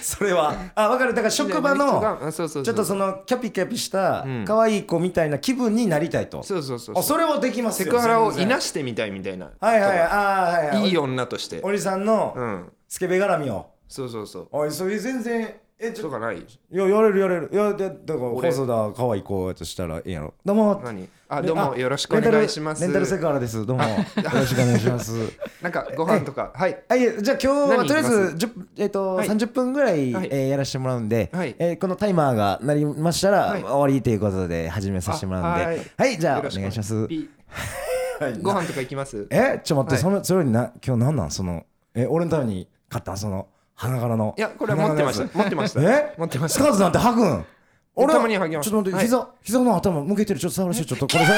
[SPEAKER 2] それはあ分かるだから職場
[SPEAKER 1] 人 (laughs)
[SPEAKER 2] の
[SPEAKER 1] があそうそう
[SPEAKER 2] ち
[SPEAKER 1] そ
[SPEAKER 2] ょ
[SPEAKER 1] う
[SPEAKER 2] っとそのキャピキャピした
[SPEAKER 1] うん
[SPEAKER 2] 可愛い子みたいな気分になりたいと、
[SPEAKER 1] そうそうそう
[SPEAKER 2] あそれはできます
[SPEAKER 1] セ
[SPEAKER 2] よ
[SPEAKER 1] クハラをい
[SPEAKER 2] 全然
[SPEAKER 1] なしてみたいみたいな
[SPEAKER 2] はいはいはいあーはいはい
[SPEAKER 1] いい女として
[SPEAKER 2] おりさんの
[SPEAKER 1] うん
[SPEAKER 2] スケベ絡みを、
[SPEAKER 1] そうそうそう
[SPEAKER 2] おいそれ全然えちょ
[SPEAKER 1] とかない
[SPEAKER 2] いややれるやれるいやだだから
[SPEAKER 1] 俺
[SPEAKER 2] 細田可愛い子やとしたらいいやろどうも
[SPEAKER 1] 何あどうもよろしくお願いします
[SPEAKER 2] レンタルレンタルセクハラで
[SPEAKER 1] (laughs)
[SPEAKER 2] すどうもよろしくお願いします
[SPEAKER 1] なんかご飯とかはい
[SPEAKER 2] あいえじゃあ今日は
[SPEAKER 1] 何
[SPEAKER 2] とりあえ
[SPEAKER 1] 行き
[SPEAKER 2] ずじゅえっと
[SPEAKER 1] はい
[SPEAKER 2] 30分ぐらい
[SPEAKER 1] はい
[SPEAKER 2] えーやらせてもらうんで
[SPEAKER 1] はい
[SPEAKER 2] えーこのタイマーが鳴りましたら
[SPEAKER 1] はい
[SPEAKER 2] 終わりということで始めさせてもらうん
[SPEAKER 1] あはい
[SPEAKER 2] ではいじゃあ
[SPEAKER 1] よ
[SPEAKER 2] お
[SPEAKER 1] ろしく
[SPEAKER 2] 願いします
[SPEAKER 3] ピ
[SPEAKER 2] はい
[SPEAKER 1] ご飯とか行きます
[SPEAKER 2] えちょ
[SPEAKER 1] は
[SPEAKER 2] っと待って
[SPEAKER 1] い
[SPEAKER 2] そのそれよりな今日なんなんそのえ俺のために買ったその花柄の
[SPEAKER 1] いやこれは持ってました持ってました
[SPEAKER 2] え
[SPEAKER 1] 持ってまし
[SPEAKER 2] ス
[SPEAKER 1] た
[SPEAKER 2] カートなんて履くん俺は
[SPEAKER 1] たまに履きます
[SPEAKER 2] ちょっと待って、
[SPEAKER 1] はい
[SPEAKER 2] 膝膝の頭向けてるちょっと触らせてちょっとこれさ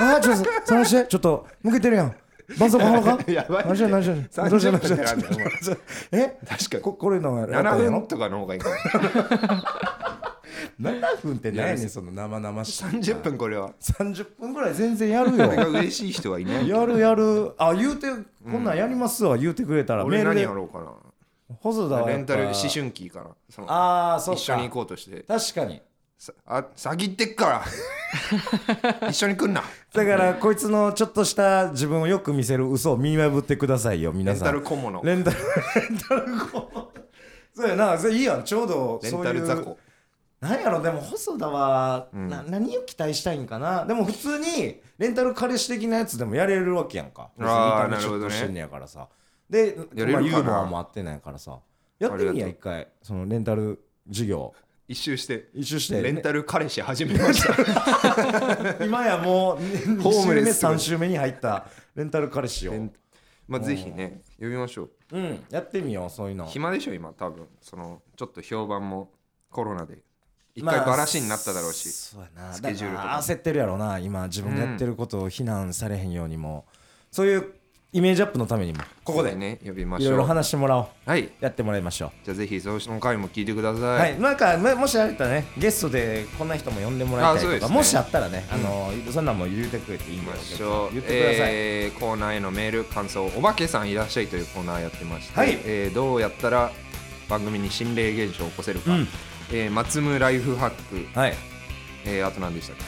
[SPEAKER 2] あーちょっと触らせてちょっと向けてるやん絆創膏貼ろうか
[SPEAKER 1] (laughs) やばい
[SPEAKER 2] 何して何して
[SPEAKER 1] 30
[SPEAKER 2] どうしたどうした
[SPEAKER 1] 分ってなんだよ
[SPEAKER 2] どうしたえ
[SPEAKER 1] 確かに
[SPEAKER 2] ここれのやった
[SPEAKER 1] 7
[SPEAKER 2] んや
[SPEAKER 1] 分
[SPEAKER 2] ろ
[SPEAKER 1] とかの方がいいかも
[SPEAKER 2] 7分って何やねんその生々しい
[SPEAKER 1] 30分これは
[SPEAKER 2] 30分ぐらい全然や
[SPEAKER 1] (laughs)
[SPEAKER 2] る
[SPEAKER 1] これが
[SPEAKER 2] よ
[SPEAKER 1] 嬉しい人はいない
[SPEAKER 2] やるやるあ言うてこんなんやりますわ言うてくれたら
[SPEAKER 1] 俺
[SPEAKER 2] メール
[SPEAKER 1] 何
[SPEAKER 2] で
[SPEAKER 1] やろうか
[SPEAKER 2] 細田
[SPEAKER 1] な
[SPEAKER 2] は
[SPEAKER 1] レ
[SPEAKER 2] やっ
[SPEAKER 1] ン
[SPEAKER 2] ぱ
[SPEAKER 1] タル思春期かなその
[SPEAKER 2] ああそ
[SPEAKER 1] 一緒に行
[SPEAKER 2] うか
[SPEAKER 1] こうとして
[SPEAKER 2] 確かに
[SPEAKER 1] さあ先行ってっから
[SPEAKER 2] (laughs)
[SPEAKER 1] 一緒に来んな
[SPEAKER 2] だからこいつのちょっとした自分をよく見せる嘘を見破ってくださいよ
[SPEAKER 1] レ
[SPEAKER 2] 皆
[SPEAKER 1] ン
[SPEAKER 2] さ
[SPEAKER 1] タ
[SPEAKER 2] ん
[SPEAKER 1] ル小物
[SPEAKER 2] レンタルレンタル (laughs) コそうやなそれいいやんちょうど
[SPEAKER 1] レ
[SPEAKER 2] そ
[SPEAKER 1] ン
[SPEAKER 2] うい
[SPEAKER 1] タル雑
[SPEAKER 2] う
[SPEAKER 1] 魚
[SPEAKER 2] なんやろでも細田は、
[SPEAKER 1] うん
[SPEAKER 2] な何を期待したいんかなでも普通にレンタル彼氏的なやつでもやれるわけやんか
[SPEAKER 1] あー
[SPEAKER 2] 別に
[SPEAKER 1] なるほどね
[SPEAKER 2] いい感じシュッとしてんねやからさで
[SPEAKER 1] やれるかな
[SPEAKER 2] まあユーモアもあってないからさやってみや
[SPEAKER 1] あり
[SPEAKER 2] 一回そのレンタル事業
[SPEAKER 1] 一周して
[SPEAKER 2] 一周して、
[SPEAKER 1] レンタル彼氏始めま
[SPEAKER 2] (laughs)
[SPEAKER 1] した
[SPEAKER 2] 今や
[SPEAKER 1] (laughs)
[SPEAKER 2] もう2
[SPEAKER 1] ホー
[SPEAKER 2] 週
[SPEAKER 1] ム
[SPEAKER 2] 目
[SPEAKER 1] レス
[SPEAKER 2] 3週目に入ったレンタル彼氏を
[SPEAKER 1] レンまあぜひね呼びましょう
[SPEAKER 2] うん、やってみよう、そういうの。
[SPEAKER 1] 暇でしょ今多分そのちょっと評判もコロナで一
[SPEAKER 2] ま
[SPEAKER 1] 回
[SPEAKER 2] あ
[SPEAKER 1] バラシになっただろうし、
[SPEAKER 2] そうやな。
[SPEAKER 1] スケジュールとか
[SPEAKER 2] だから焦ってるやろな、今、自分がやってることを非難されへんようにも、そういうイメージアップのためにも、ここで
[SPEAKER 1] ね呼びま
[SPEAKER 2] い
[SPEAKER 1] し
[SPEAKER 2] ろいろ
[SPEAKER 1] ょう
[SPEAKER 2] 話してもらおう。
[SPEAKER 1] はい
[SPEAKER 2] やってもらいましょ
[SPEAKER 1] じゃあぜひその回も聞いてくだ
[SPEAKER 2] う。
[SPEAKER 1] さ、
[SPEAKER 2] はいい、なんか、ももしあれたらね、ゲストでこんな人も呼んでもらい
[SPEAKER 1] あ
[SPEAKER 2] た
[SPEAKER 1] そう
[SPEAKER 2] い
[SPEAKER 1] で
[SPEAKER 2] と
[SPEAKER 1] す
[SPEAKER 2] か、
[SPEAKER 1] ね
[SPEAKER 2] もしあったらね、あのそんなんも言うてくれていいん
[SPEAKER 1] 行
[SPEAKER 2] で
[SPEAKER 1] きましょう
[SPEAKER 2] 言ってください。
[SPEAKER 1] えーコーナーへのメール感想おばけさんいらっしゃいというコーナーやってまして、
[SPEAKER 2] はい
[SPEAKER 1] えーどうやったら番組に心霊現象を起こせるか、
[SPEAKER 2] うん
[SPEAKER 1] えー松村ライフハック、
[SPEAKER 2] はい。
[SPEAKER 1] えーあと何でしたっけ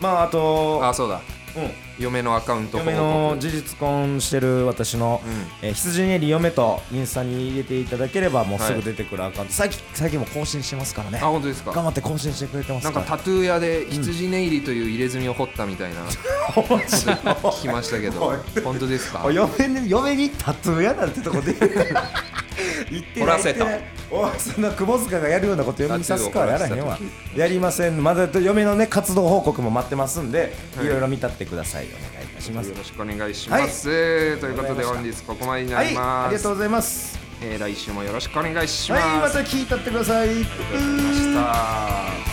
[SPEAKER 2] まあ、あと、
[SPEAKER 1] あそうだ
[SPEAKER 2] うん。
[SPEAKER 1] 嫁のアカウント報
[SPEAKER 2] 嫁
[SPEAKER 1] 告
[SPEAKER 2] の事実婚してる私の、
[SPEAKER 1] う
[SPEAKER 2] えー羊ネり嫁とインスタに入れていただければもうすぐ出てくるアカウント、最近最近も更新してますからね
[SPEAKER 1] あ本当です
[SPEAKER 2] 頑
[SPEAKER 1] か
[SPEAKER 2] 張って更新してくれてます
[SPEAKER 1] なん
[SPEAKER 2] か
[SPEAKER 1] からタトゥー屋で羊ネイリという入れ墨を彫ったみたいな、聞きましたけど
[SPEAKER 2] おい
[SPEAKER 1] 本当ですか
[SPEAKER 2] お嫁に嫁にタトゥー屋なんてとこで
[SPEAKER 1] (laughs)
[SPEAKER 2] 言って
[SPEAKER 1] 掘らせた
[SPEAKER 2] ないおいそんな窪塚がやるようなこと嫁にさすかはやらへんわ
[SPEAKER 1] タトゥーを
[SPEAKER 2] やりませんまだ嫁のね活動報告も待ってますんで、い、ろいろ見たってくださいお願いいたします
[SPEAKER 1] よろしくお願いします、ということで本日ここまでにな
[SPEAKER 2] は
[SPEAKER 1] り
[SPEAKER 2] い
[SPEAKER 1] ま
[SPEAKER 2] ありが
[SPEAKER 1] す、
[SPEAKER 2] とうございます
[SPEAKER 1] えー来週もよろしくお願いしま
[SPEAKER 2] は
[SPEAKER 1] す、
[SPEAKER 2] いまた聞いたってください
[SPEAKER 1] ありがとうございました